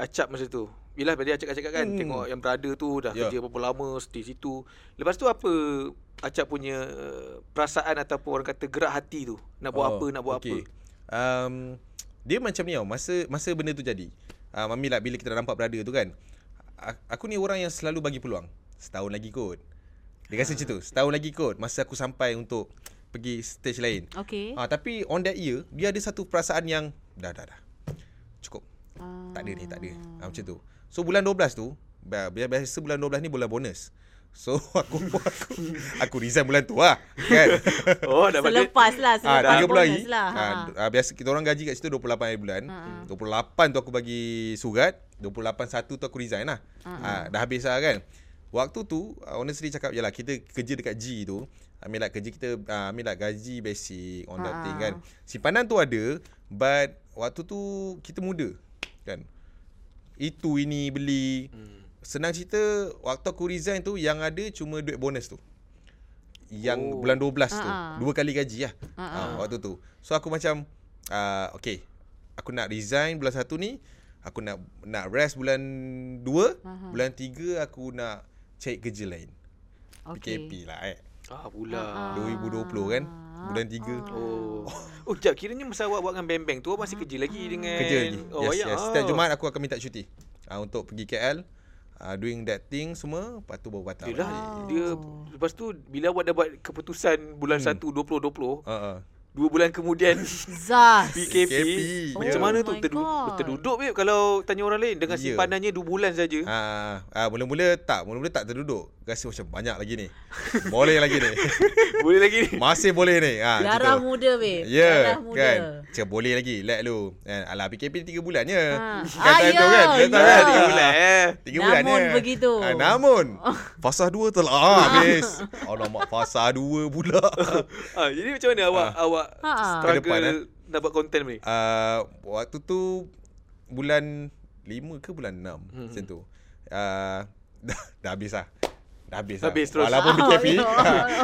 Acap masa tu Yelah tadi Acap cakap kan hmm. Tengok yang brother tu Dah yeah. Ya. kerja berapa lama Stay situ Lepas tu apa Acap punya uh, Perasaan ataupun orang kata Gerak hati tu Nak buat oh, apa Nak buat okay. apa Um, dia macam ni tau. Masa masa benda tu jadi. Uh, Mami lah bila kita dah nampak brother tu kan. a- Aku ni orang yang selalu bagi peluang. Setahun lagi kot. Dia rasa macam tu. Setahun lagi kot. Masa aku sampai untuk pergi stage lain. Okay. Ah, tapi on that year, dia ada satu perasaan yang dah dah dah. Cukup. Tak ada ni, tak ada. Ah, macam tu. So bulan 12 tu, ba- bi- biasa bulan 12 ni bulan bonus. So aku aku, aku resign bulan tu lah kan. Oh dah balik Selepas lah Selepas Ah, 30 hari. bonus lah Ah, ha. d- ah, biasa kita orang gaji kat situ 28 hari bulan. 28 tu aku bagi surat, 28 satu tu aku resign lah. Ah, dah habis lah kan. Waktu tu ah, honestly cakap jelah kita kerja dekat G tu, ambil lah kerja kita ah, ambil lah gaji basic on that Ah. thing kan. Simpanan tu ada but waktu tu kita muda kan. Itu ini beli. Senang cerita waktu aku resign tu yang ada cuma duit bonus tu. Yang Oh. oh. bulan 12 tu. Ah. Dua kali gaji lah. Ah, waktu tu. So aku macam uh, okay aku nak resign bulan 1 ni, aku nak nak rest bulan 2, bulan 3 aku nak cari kerja lain. Okay. PKP lah eh. Ah pula 2020 kan. Bulan 3. Oh Oh jap kiranya Masa awak buat dengan beng-beng tu Awak masih kerja lagi dengan kerja lagi. Oh yes, ya yes. Setiap Jumaat aku akan minta cuti. Uh, untuk pergi KL, uh, doing that thing semua, lepas tu baru batal. Yelah balik. Dia Lepas tu Bila awak dah buat keputusan Bulan hmm. 1 2020 Ah, ah. Dua bulan kemudian Zas PKP, PKP. Macam Oh mana tu my terdu- God. Terduduk babe Kalau tanya orang lain Dengan Ya. simpanannya Dua bulan saja Ah, ah, mula-mula tak, mula-mula tak terduduk. Rasa macam banyak lagi ni. Boleh lagi ni. Boleh lagi ni Masih boleh ni. Ah, macam Darah tu. muda babe Ya Darah muda kan Cakap boleh lagi Let lu kan? Alah PKP 3 bulan je Ah. Kan Ah, time ya, tu kan Kan time ya. Tiga kan, tiga bulan bulan eh Tiga bulan Namun je. begitu. ah, Namun Fasa 2 telah ah, habis Alamak fasa 2 pula ah, Jadi macam mana awak Awak Ha, ha. struggle Ke depan, eh? Nak buat konten ni uh, Waktu tu Bulan 5 ke bulan 6 hmm. Macam tu uh, dah, dah habis lah Dah habis, Habis terus. lah Walaupun Ah, PKP ya.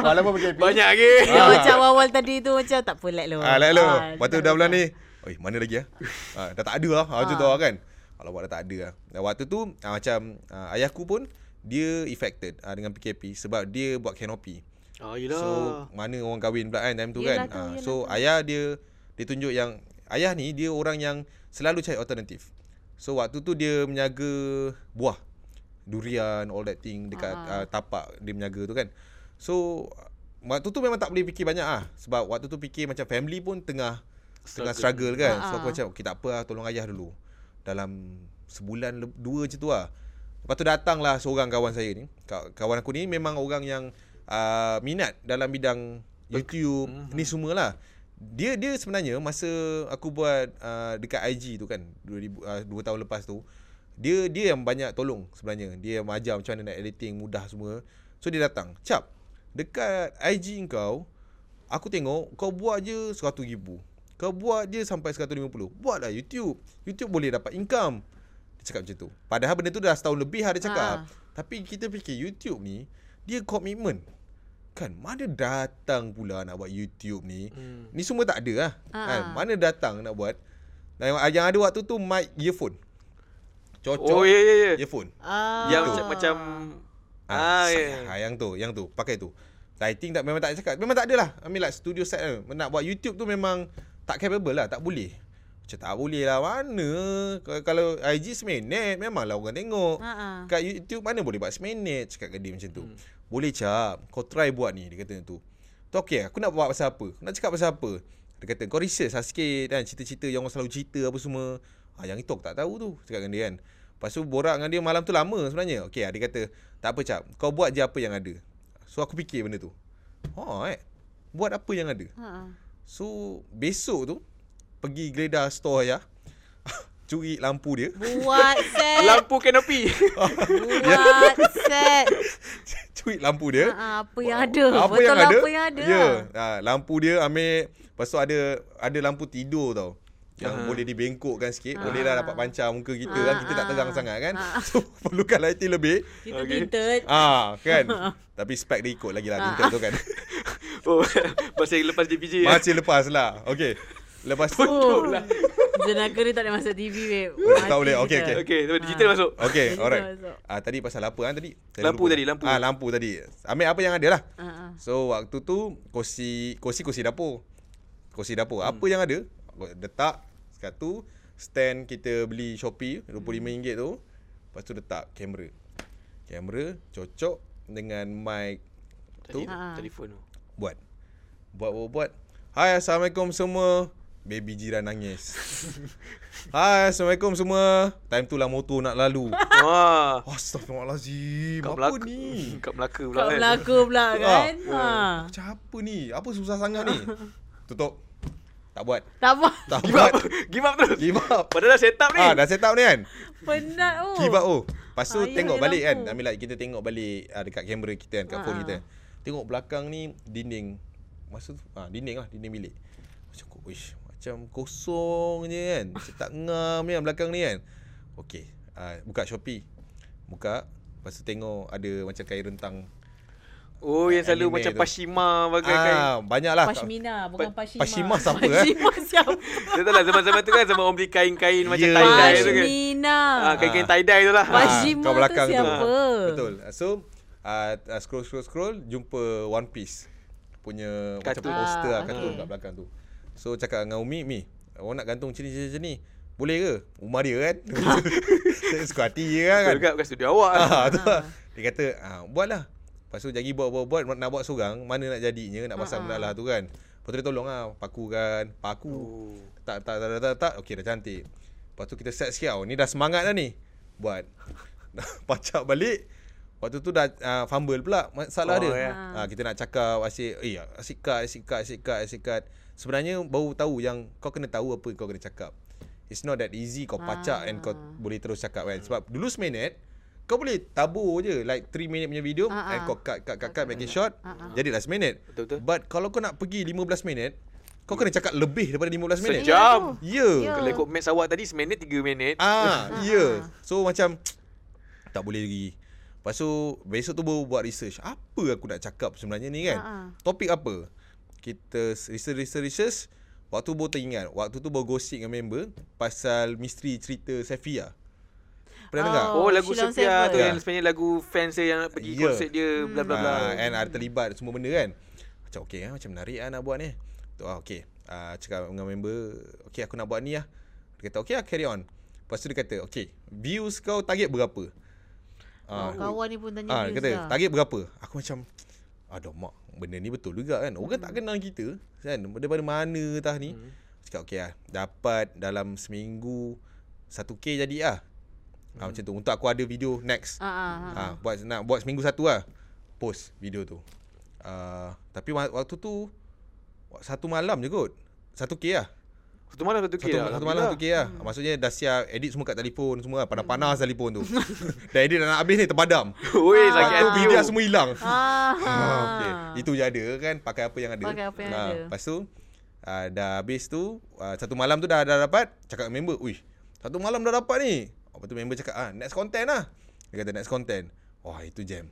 Walaupun PKP Banyak lagi Dia macam awal tadi tu Macam tak apa let lo Ah, lalu. Ah, Lepas tu dah bulan ni. Oi, mana lagi ah? ah dah tak ada lah. Ah, macam tu lah kan. Alamak dah tak ada lah. Dan waktu tu ah, macam ah, ayahku pun dia affected ah, dengan PKP sebab dia buat canopy. Ah, yelah So mana orang kahwin pula kan time tu Yelah kan. tu, Ah, yelah so ayah dia dia tunjuk yang ayah ni dia orang yang selalu cari alternatif. So waktu tu dia menjaga buah durian all that thing dekat Ah. uh, tapak dia menjaga tu kan. So waktu tu memang tak boleh fikir banyak ah sebab waktu tu fikir macam family pun tengah struggle. tengah struggle kan. So aku macam okay tak apa lah tolong ayah dulu. Dalam sebulan le- dua je tu lah. Lepas tu datanglah seorang kawan saya ni. Ka- Kawan aku ni memang orang yang uh, minat dalam bidang YouTube ni semualah. Dia dia sebenarnya masa aku buat uh, dekat IG tu kan 2000 uh, 2 tahun lepas tu dia dia yang banyak tolong sebenarnya. Dia yang ajar macam mana nak editing mudah semua. So dia datang, "Cap, dekat IG kau aku tengok kau buat je 100 ribu. Kau buat je sampai 150. Buatlah YouTube. YouTube boleh dapat income." Dia cakap macam tu. Padahal benda tu dah setahun lebih lah dia cakap. Ha. Tapi kita fikir YouTube ni dia komitmen. Kan mana datang pula nak buat YouTube ni? Hmm. Ni semua tak ada lah. Ha. Kan? Mana datang nak buat? Dan yang- yang ada waktu tu mic earphone. Cocok Oh ya ya ya earphone. Ah. Yang macam Macam Ah, Ah, ya, saya- ah, yang tu, yang tu, pakai tu. Lighting tak memang tak cakap. Memang tak adalah. I mean like studio set lah. Nak buat YouTube tu memang tak capable lah, tak boleh. Macam tak boleh lah mana K- Kalau IG seminit Memanglah orang tengok Ha, ha. Kat YouTube mana boleh buat seminit Cakap ke dia macam tu Boleh cap Kau try buat ni Dia kata tu Tu okay aku nak buat pasal apa Aku nak cakap pasal apa Dia kata kau research lah sikit kan Cerita-cerita yang orang selalu cerita apa semua ha, Yang itu aku tak tahu tu Cakap dengan dia kan Lepas tu borak dengan dia malam tu lama sebenarnya Okay dia kata Tak apa cap Kau buat je apa yang ada So aku fikir benda tu Ha eh Buat apa yang ada Ha, ha. So besok tu Pergi geledah store ayah Curi lampu dia Buat set Lampu kanopi ya. Buat set Curi lampu dia ha, Apa yang ada Apa Betul lah, yang ada apa yang ada Ya yeah. ha, Lampu dia ambil Lepas tu ada Ada lampu tidur tau Yang ha. boleh dibengkokkan sikit Ah. ha. Boleh lah dapat pancar muka kita ha. kan Kita tak terang sangat kan ha. So perlukan lighting lebih Kita Okay. tinted Ah kan Tapi spek dia ikut lagi Ah. lah Tinted tu kan Oh Pasal lepas JPJ eh. Masih lepas lah Okay Lepas tu Oh. jenaka ni tak ada masa TV babe. Oh, tak Mati boleh. Okey, kita. okey. Okay, Ah. digital masuk. Okay, Jadi alright. masuk. Ah tadi pasal apa ah tadi? Saya Lampu lupa. tadi, lampu. Ah lampu tadi. Ambil apa yang ada lah. Ah, ah. So waktu tu kursi kursi kursi dapur. Kursi dapur. Hmm. Apa yang ada? Letak kat tu stand kita beli Shopee RM25 tu. Lepas tu letak kamera. Kamera cocok dengan mic Tadi, tu Ah. telefon tu. buat. Buat buat buat. Hai assalamualaikum semua. Baby jiran nangis. Hai assalamualaikum semua. Time tu lah motor nak lalu. Wah. Astaghfirullahalazim. Kat Apa Melaka. ni? Kat Melaka pula Kat kan. Melaka pula Ah, kan. ya. Ha. Macam apa ni? Apa susah sangat ni? Tutup. Tak buat. Tak apa. Tak Give buat. up. Give up terus. Give up. Padahal dah set up ni. Ah, dah set up ni kan? Penat oh. Give up oh. Lepas tu Ah, ya, tengok ada balik kan. lampu. Ambil lah kita tengok balik ah, dekat kamera kita kan, kat phone Ah. kita. Tengok belakang ni dinding. Masa tu ah dinding lah, dinding bilik. Macam ko- uish, macam kosong je kan. Macam tak ngam ni kan belakang ni kan. Okey. Ah, buka Shopee. Buka Lepas tu tengok ada macam kain rentang Oh, yang selalu Anime macam tu. Pashima bagai kain. ah, Banyak lah Pashmina bukan Pashima. Pashima siapa, eh? Pashima siapa? Dia tahu lah zaman-zaman tu kan zaman orang beli kain-kain macam Ya, tie-dye tu kan. Pashmina. Ah, kain-kain tie-dye tu lah. Ah, Pash- Majima kau tu belakang siapa? Betul. So uh, scroll scroll scroll jumpa One Piece punya Kartun. macam poster Ah, lah kartun okay. kat belakang tu. So cakap dengan Umi, Mi, orang nak gantung sini sini sini. Boleh ke? Rumah dia kan. Saya suka hati dia kan. Betul juga bukan studio awak. Ah, tu lah. Dia kata, ah, buatlah. Lepas tu jadi buat-buat-buat nak buat seorang, mana nak jadinya, nak Ah, pasang pula lah tu kan. Lepas tu dia tolong lah, paku kan. Paku. Oh. Tak, tak, tak, tak, tak, tak. Okey, dah cantik. Lepas tu kita set sikit tau. Ni dah semangat dah ni. Buat. Dah pacak balik. Waktu tu dah uh, fumble pula masalah Oh, dia. ya. Ah, kita nak cakap asyik, eh asyik cut, asyik cut, asyik cut, asyik cut. Sebenarnya baru tahu yang kau kena tahu apa kau kena cakap. It's not that easy kau pacak and kau boleh terus cakap kan. Sebab dulu 9 minit, kau boleh tabur je like 3 minit punya video Ah, and ah. kau cut, cut, cut, Ah, cut, make it short. Jadi last minute. Betul-betul. But kalau kau nak pergi 15 minit, kau kena cakap lebih daripada 15 minit. Ya, Sejam. tu. Ya. Ya. Kalau ikut match awak tadi 1 minit 3 minit. Ah, ya. So macam tak boleh lagi. Lepas tu besok tu baru buat research. Apa aku nak cakap sebenarnya ni kan? Ha, ha. Topik apa? Kita research research research Waktu tu baru teringat Waktu tu baru gosip dengan member Pasal misteri cerita Safia Pernah dengar? Oh, lagu Shilong Sophia tu Seven. yang sebenarnya lagu fans dia yang nak pergi Ya. konsert Hmm. dia bla bla bla. Ah, and ada terlibat semua benda kan. Macam okey ah, macam menarik ah nak buat ni. Tu ah okey. Ah cakap dengan member, okey aku nak buat ni lah. Dia kata okey ah carry on. Lepas tu dia kata, okey, views kau target berapa? Oh, Ah, kawan ni pun tanya ah dia views kata lah. target berapa? Aku macam Aduh mak, benda ni betul juga kan. Orang tak kenal kita kan. Daripada mana tah ni. Cakap okey ah, dapat dalam seminggu 1k jadi ah. Ah macam tu. Untuk aku ada video next. Ah, ah, ah. Ha, buat nak buat seminggu satu lah post video tu. Uh, tapi wa- waktu tu wa- satu malam je kot. Satu K lah. Satu malam satu Satu, kira. satu malam satu K lah. Hmm. Maksudnya dah siap edit semua kat telefon semua. Panas-panas Hmm. telefon tu. dah edit dah nak habis ni terpadam. Oi sakit Lepas tu hati. video oh. semua hilang. Ah. Ah, okay. Itu je ada kan pakai apa yang ada. Ah, Pakai apa yang ada. Lepas tu uh, dah habis tu uh, satu malam tu dah dah dapat cakap dengan member, "Uish, satu malam dah dapat ni." Lepas tu member cakap, "Ah, next content lah." Dia kata next content. Wah, itu jam.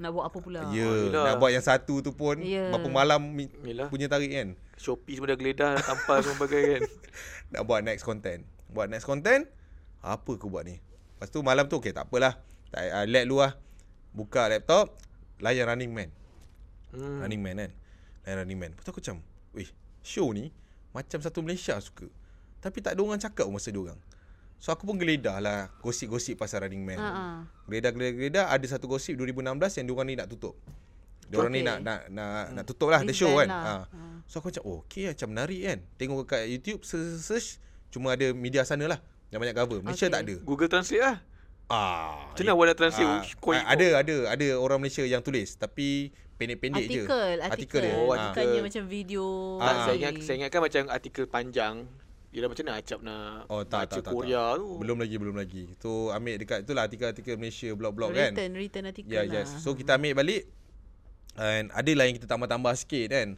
Nak buat apa pula? Ya, yelah. yeah, nak buat yang satu tu Ah. pun Ya. yeah. berapa malam mi- Yelah. punya tarik kan. Shopee semua dah geledah dah tampal semua bagai kan. Nak buat next content. Buat next content, apa aku buat ni? Lepas tu malam tu okey tak apalah. Tak uh, let lu lah. Buka laptop, layan Running Man. Hmm. Hmm. Running Man kan. Layan Running Man. Lepas tu aku macam, "Weh, show ni macam satu Malaysia suka." Tapi tak ada orang cakap pun masa dia orang. So aku pun geledah lah gosip-gosip pasal Running Man. Ha, ha. Geledah-geledah ada satu gosip 2016 yang diorang ni nak tutup. Diorang ni Okay. nak nak nak, nak tutup lah the show kan. Disband lah. Lah. Ha. So aku macam oh, okay macam menarik kan. Tengok kat YouTube search, search cuma ada media sana lah yang banyak cover. Malaysia Okay. okay. tak ada. Google Translate lah. Ah. Macam mana awak nak translate? ah, Kau ikut. ada ada ada orang Malaysia yang tulis tapi pendek-pendek je. Artikel, artikel. dia. Oh, Oh, artikel. Bukannya macam video. Tak, Ah. saya ingat saya ingatkan macam artikel panjang. Yelah macam mana acap nak Oh tak baca tak tak. Korea tak. tu. Belum lagi belum lagi. Tu ambil dekat tu lah artikel-artikel Malaysia blog-blog kan. Return, return artikel lah. Ya, yeah, yes. So kita ambil balik and ada lah yang kita tambah-tambah sikit kan.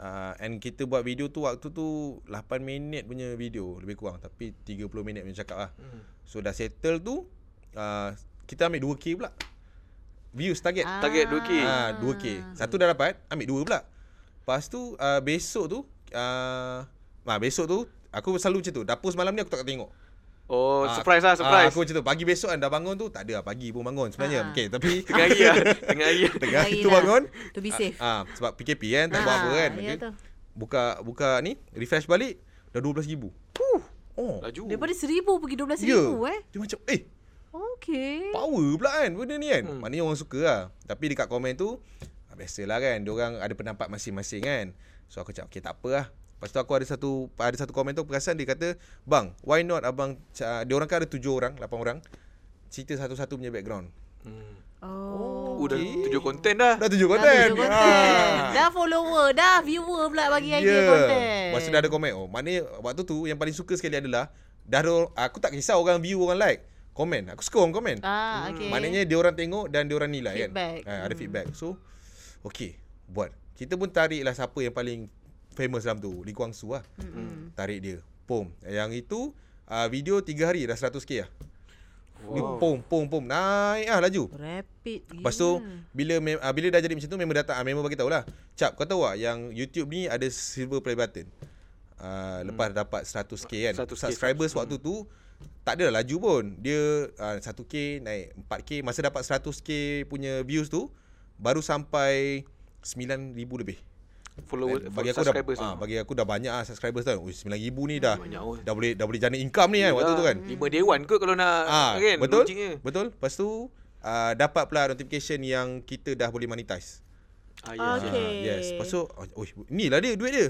Uh, and kita buat video tu waktu tu 8 minit punya video lebih kurang tapi 30 minit punya cakap lah. Hmm. So dah settle tu uh, kita ambil 2k pula. Views target. Ah. Target 2K. Uh, 2k. Satu dah ah, dapat, ambil dua pula. Lepas tu uh, ah, besok tu uh, nah, besok tu Aku selalu macam tu. Dapur semalam ni aku tak tengok. Oh, Ah, surprise lah, ah, surprise. aku macam tu. Pagi besok kan dah bangun tu, tak ada lah. Pagi pun bangun Ah. sebenarnya. Okay, tapi Tengah hari lah. Tengah hari. tengah Hari itu lah. bangun. To be safe. Ah, sebab PKP kan, tak buat apa kan. Ya Okay. tu. Buka buka ni, refresh balik, dah 12,000. Huh. Oh. Laju. Daripada seribu pergi dua Ya. belas ribu eh. Dia macam, eh, Okay. power pula kan benda ni kan. Hmm. Hmm. Maknanya orang suka lah. Tapi dekat komen tu, ah, biasalah kan. Diorang ada pendapat masing-masing kan. So aku cakap, okay tak apa lah. Lepas tu aku ada satu ada satu komen tu aku perasan dia kata, "Bang, why not abang ca- dia orang kan ada tujuh orang, lapan orang. Cerita satu-satu punya background." Hmm. Oh. Oh, dah Okay. tujuh konten dah. Dah Ah, tujuh Dah konten. tujuh content. Ah. Dah follower, dah viewer pula bagi idea yeah. content. Ya. Lepas tu dah ada komen. Oh, maknanya waktu tu yang paling suka sekali adalah dah ada, or- aku tak kisah orang view, orang like. Komen. Aku suka orang komen. Ah, okay. Maknanya dia orang tengok dan dia orang nilai Feedback. kan. Ha, ada Hmm. feedback. So okey, buat. Kita pun tarik lah siapa yang paling famous dalam tu. Lee Kwang Soo lah. Mm-mm. Tarik dia. Pom. Yang itu uh, video 3 hari dah 100k lah. Wow. Dia Wow. pom pom pom naik ah laju. Rapid gila. Lepas Ya. tu bila mem- uh, bila dah jadi macam tu member datang uh, member bagi tahulah. Cap kau tahu tak yang YouTube ni ada silver play button. Hmm. Uh, lepas dapat 100k kan 100K, subscribers waktu tu tak ada laju pun dia uh, 1k naik 4k masa dapat 100k punya views tu baru sampai 9000 lebih Follower, Dan bagi aku dah subscribers. lah. Hmm, ah, bagi aku dah banyak ah subscribers tau Ui, 9000 ni dah Banyak kot. dah boleh dah boleh jana income ni kan waktu tu kan Lima dewan kot kalau nak. Ah, kan, betul? launchingnya. betul lepas tu uh, dapat pula notification yang kita dah boleh monetize Ah, Okay. ya. Ah, yes. Lepas tu, oh, oi, ni lah dia duit dia.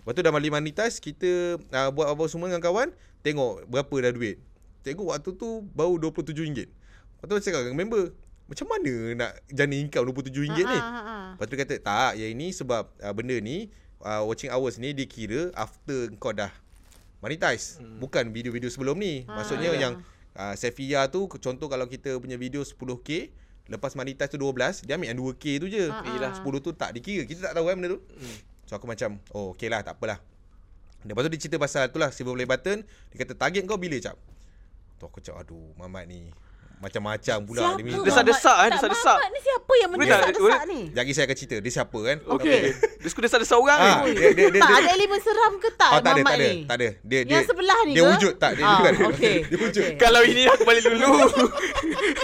Lepas tu dah mali monetize, kita uh, buat apa semua dengan kawan, tengok berapa dah duit. Tengok waktu tu baru RM27. Lepas tu saya cakap dengan member, macam mana nak jana income RM27 Ah, ni? ah, ah. Lepas tu dia kata, tak, yang ini sebab uh, benda ni, uh, watching hours ni dikira after kau dah monetize. Hmm. Bukan video-video sebelum ni. Ah, Maksudnya ya. yang uh, Sefia tu, contoh kalau kita punya video 10K, lepas monetize tu 12, dia ambil yang 2K tu je. Ah, ah. Yelah, 10 tu tak dikira. Kita tak tahu kan benda tu. Hmm. So aku macam, oh okay lah, tak apalah. Lepas tu dia cerita pasal tu lah, silver play button. Dia kata, target kau bila, Cap? Tu aku cakap, aduh, Mamat ni. Macam-macam pula. Siapa dia minta. Mamat? Desak-desak, eh, Tak, desak-desak. Mamat ni siapa yang Boleh tak? mendesak-desak ni? Lagi saya akan cerita, dia siapa kan? Okey. Okay. Dia suka desa-desa orang Ah, ni. dia, dia, dia, tak dia, ada elemen seram ke tak Oh, tak ada, Mamat tak ada, ni? tak ada. Dia, Yang dia, sebelah ni dia ke? wujud tak? Dia, Ah, bukan. okey. dia wujud. Kan? Okey. Kalau ini aku balik dulu.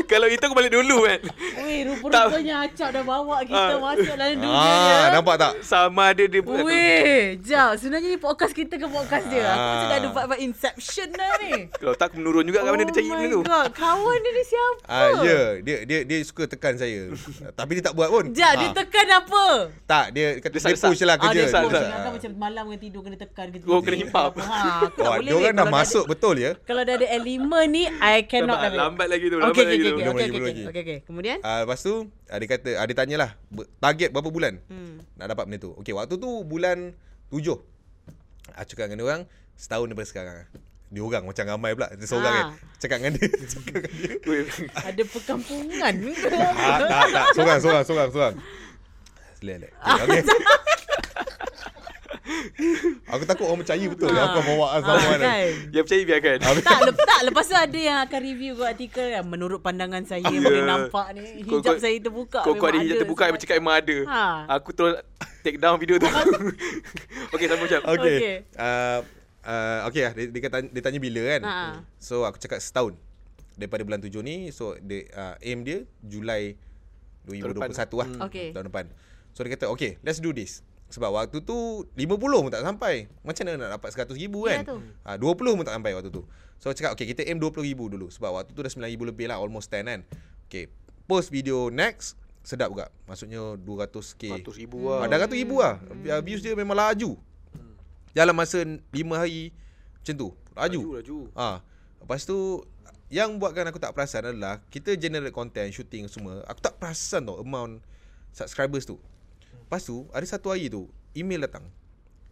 Kalau itu aku balik dulu kan. Weh, rupa-rupanya Acap dah bawa kita Ah. masuk dalam dunia Ah, dia. nampak tak? Sama ada dia buat. Weh, jap. Sebenarnya ni podcast kita ke podcast dia. Aku macam dah ada Ah. vibe-vibe Inception dah ni. Kalau tak aku menurun juga kat mana dia cari benda tu. Oh my god, kawan dia ni siapa? Ah, ya, dia dia dia suka tekan saya. Ah, Tapi dia tak buat pun. Jap, Ah, dia tekan apa? tak, dia kata Dia dia, sat-sat. push lah Ah, kerja. dia Dia tak sat-sat. sat-sat. Kan macam malam kena tidur kena tekan kena tidur. Oh, kena himpap. Ha, aku tak Wah, boleh. dia orang weh, dah kalau masuk Dah betul ya. ada, kalau dah ada elemen ni, I cannot lah, Lambat, dah. weh. lambat lagi tu, Okey, lambat okey, lagi tu. okey, Belum okey, okey, lagi, belum okey. lagi. Okey, okey. Kemudian? Ah, lepas tu ah, dia kata ah, dia tanyalah "Ber- target berapa bulan Hmm. nak dapat benda tu. Okey, waktu tu bulan tujuh. Ah, cakap dengan dia orang setahun daripada sekarang. Dia orang macam ramai pula, dia seorang Ah. kan. Cakap dengan dia, cakap dengan dia. Weh, Ada perkampungan ke? Ah, tak, tak. Sorang, sorang, sorang, sorang. Selek, selek. Ah, Okay, okay. aku takut orang percaya betul. Ah. Aku bawa Ah, sama mana. kan? Yang percaya biarkan. tak, lep, tak, lepas tu ada yang akan review buat artikel kan. Menurut pandangan saya yeah. boleh nampak ni Ya. Kau- hijab kau- saya terbuka. Kau kau ada hijab terbuka sebab- Yang cakap memang ada Ha. Aku terus Take down video tu Okay sama macam Okay. Okey. Okay. Uh, uh, okay lah. Dia, dia, kata, dia tanya bila kan. Ha. So aku cakap setahun. Daripada bulan tujuh ni. So dia, uh, aim dia Julai 2021 lah. Hmm. Okay. Tahun depan. So dia kata okay let's do this. Sebab waktu tu 50 pun tak sampai. Macam mana nak dapat 100 ribu kan? Ya tu. Ha, 20 pun tak sampai waktu tu. So aku cakap okay kita aim 20 ribu dulu. Sebab waktu tu dah 9 ribu lebih lah. Almost 10 kan. Okay. Post video next. Sedap juga. Maksudnya 200k. 100 ribu lah Ah, dah kata ribu lah. Hmm. Views dia memang laju. Dalam masa 5 hari macam tu. Laju. Laju lah. laju Ah. Lepas tu yang buatkan aku tak perasan adalah kita generate content, shooting semua. Aku tak perasan tau amount subscribers tu. Lepas tu ada satu hari tu email datang.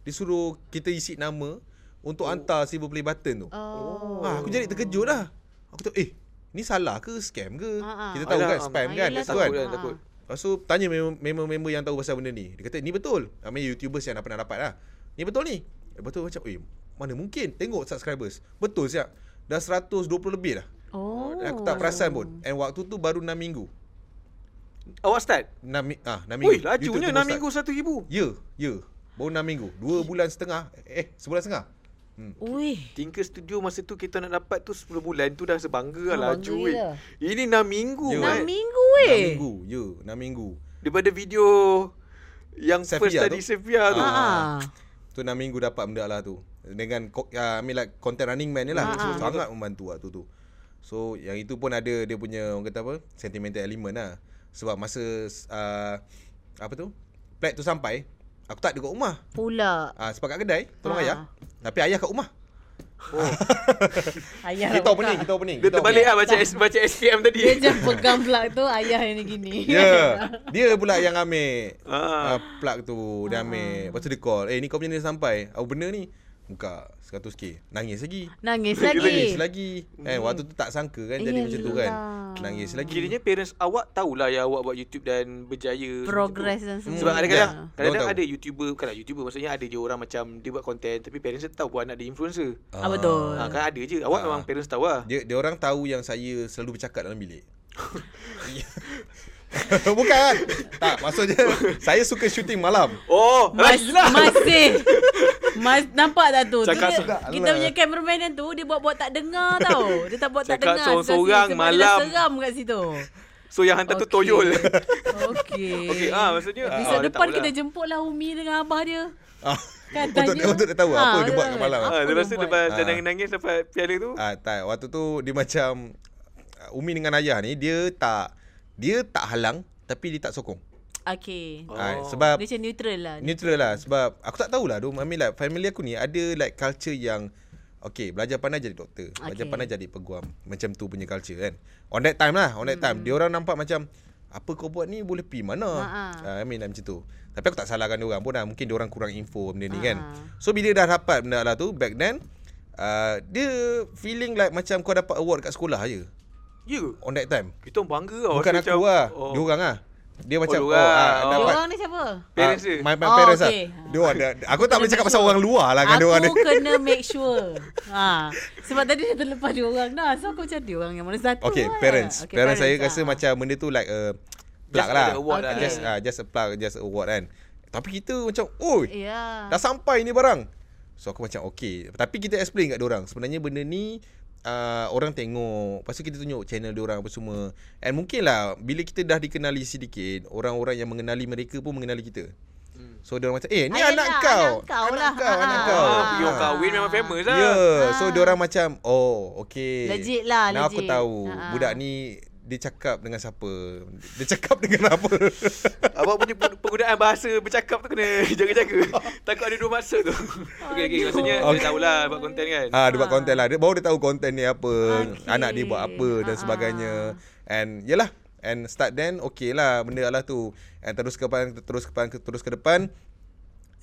Dia suruh kita isi nama untuk oh. hantar silver play button tu. Oh. Ah, aku jadi terkejut lah. Aku tu eh ni salah ke scam ke? Ah, ah. Kita tahu Alah, kan ah, spam ah, kan yelah kat situ Takut kan. lah Ha. takut Lepas tu tanya mem- member-member yang tahu pasal benda ni. Dia kata ni betul. Ramai YouTubers yang dah pernah dapat lah. Ni betul ni. Lepas tu macam eh mana mungkin tengok subscribers. Betul siap. Dah 120 lebih dah. Oh. Dan aku tak perasan pun. And waktu tu baru 6 minggu. Awak Oh, start 6 mi- ah 6 minggu. Ui lajunya 6 minggu 1 ribu Ya, ya. Baru 6 minggu. 2 bulan setengah. Eh, sebulan setengah. Ui. Tinker Studio masa tu kita nak dapat tu 10 bulan tu dah Oh, sebangga oh, lah bangga laju eh. gila. Ini 6 minggu Ya, yeah. Enam kan. minggu Enam eh. minggu. Ya, enam minggu. Daripada video yang Safia first Safia tadi tu. Sefia tu. Ha. Tu enam minggu dapat benda lah tu. Dengan ko- uh, I mean like content running man ni lah. So, sangat membantu lah tu tu. So yang itu pun ada dia punya orang kata apa? Sentimental element lah. Sebab masa uh, apa tu? Flight tu sampai, aku tak ada kat rumah. Pula. Ah uh, sebab kat kedai, tolong Ah. ayah. Tapi ayah kat rumah. Ayah Kita pening, kita pening. Dia kita terbalik pening. lah baca, S- baca SPM tadi. Dia macam pegang pula tu ayah yang ni gini. Ya. Dia pula yang ambil Ah. uh, plug tu dia ambil. Lepas tu dia call, "Eh, ni kau punya ni dah sampai. Apa benda ni?" Buka 100k. Nangis lagi. Nangis Nangis lagi. lagi. Hmm. Eh, waktu tu tak sangka kan jadi macam tu kan. Yelah. Nangis lagi. Kiranya parents awak tahulah yang awak buat YouTube dan berjaya. Progress macam tu. dan semua. Sebab kadang-kadang Ya. kadang-kadang Diorang tahu. ada YouTuber, bukan lah YouTuber maksudnya ada je orang macam dia buat content tapi parents dia tahu pun anak dia influencer. Ah, betul. Ha, kan ada je. Ah. Awak memang parents tahu lah. Dia dia orang tahu yang saya selalu bercakap dalam bilik. Bukan kan? Tak, maksudnya saya suka syuting malam. Oh, Mas, eh, Mas, lah. masih. Mas nampak tak tu? Cakap tu dia, sudah kita lah. punya cameraman yang tu dia buat buat tak dengar tau. Dia tak buat tak Cakap dengar. seorang-seorang sebab dia dah malam. seram kat situ. So yang hantar tu Okey. toyol. Okey. Okey, ah, maksudnya, Episod ah, dah depan tahu kita lah. jemput lah Umi dengan abah dia. Ah, Kan Untuk tanya. dia- untuk dia tahu apa Ah, dia buat kat malam. Apa Ha, dia rasa dia buat? pas Ah. nangis-nangis dapat piala tu. ah, tak, waktu tu dia macam ah, Umi dengan ayah ni dia tak dia tak halang tapi dia tak sokong. Okey. Oh. Ah, Oh. sebab Dia macam neutral lah. Neutral lah sebab aku tak tahulah dom. I mean like family aku ni ada like culture yang okay belajar pandai jadi doktor, okay. belajar Okay. pandai jadi peguam. Macam tu punya culture kan. On that time lah, on that time Hmm. dia orang nampak macam apa kau buat ni boleh pergi mana? Ha-ha. Uh, I mean like, macam tu. Tapi aku tak salahkan dia orang pun lah. Mungkin dia orang kurang info benda ni kan. Ha. So bila dah dapat benda lah tu back then uh, dia feeling like macam kau dapat award kat sekolah je Ya. on that time. Kita orang bangga lah. Bukan Rasa aku lah, oh, dia orang lah. Dia macam dia oh, orang. ah, Oh. Dia dapat orang ni siapa? Parents dia. Ah, My, my Oh, parents okay. lah. Dia orang ada, aku tak boleh cakap pasal orang luar lah kan dia orang ni. Aku kena make sure ha. Sebab tadi dia terlepas dia orang dah So aku macam dia orang yang mana satu Okay, lah. parents. Okay, parents, saya parents, rasa ah. macam benda tu like a plug Just lah. ada award lah, Okay. Just ah, just a plug, just award kan. Tapi kita macam, oi, Ya dah sampai ni barang. So aku macam okay. Tapi kita explain kat orang. Sebenarnya benda ni Uh, orang tengok Lepas tu kita tunjuk channel diorang apa semua And mungkin lah Bila kita dah dikenali sedikit Orang-orang yang mengenali mereka pun mengenali kita Hmm. So diorang macam Eh ni Ayalah, anak kau anak kau lah. Anak kau, anak Ah. kau. Oh, Ah. pergi orang kahwin memang famous Ya, lah. yeah. so diorang macam oh, okay. Legit lah, Now aku legit. tahu Ha. budak ni dia cakap dengan siapa? Dia cakap dengan apa? Awak punya peng- penggunaan bahasa bercakap tu kena jaga-jaga. Takut ada dua maksud tu. Okey, okey. Maksudnya Aduh. dia tahulah buat konten kan. ah, dia buat konten lah. Dia baru dia tahu konten ni apa, Okay. okay. anak dia buat apa dan Ha. sebagainya. And yelah, and start then okay lah benda lah tu. And terus ke depan, terus ke depan, terus ke depan.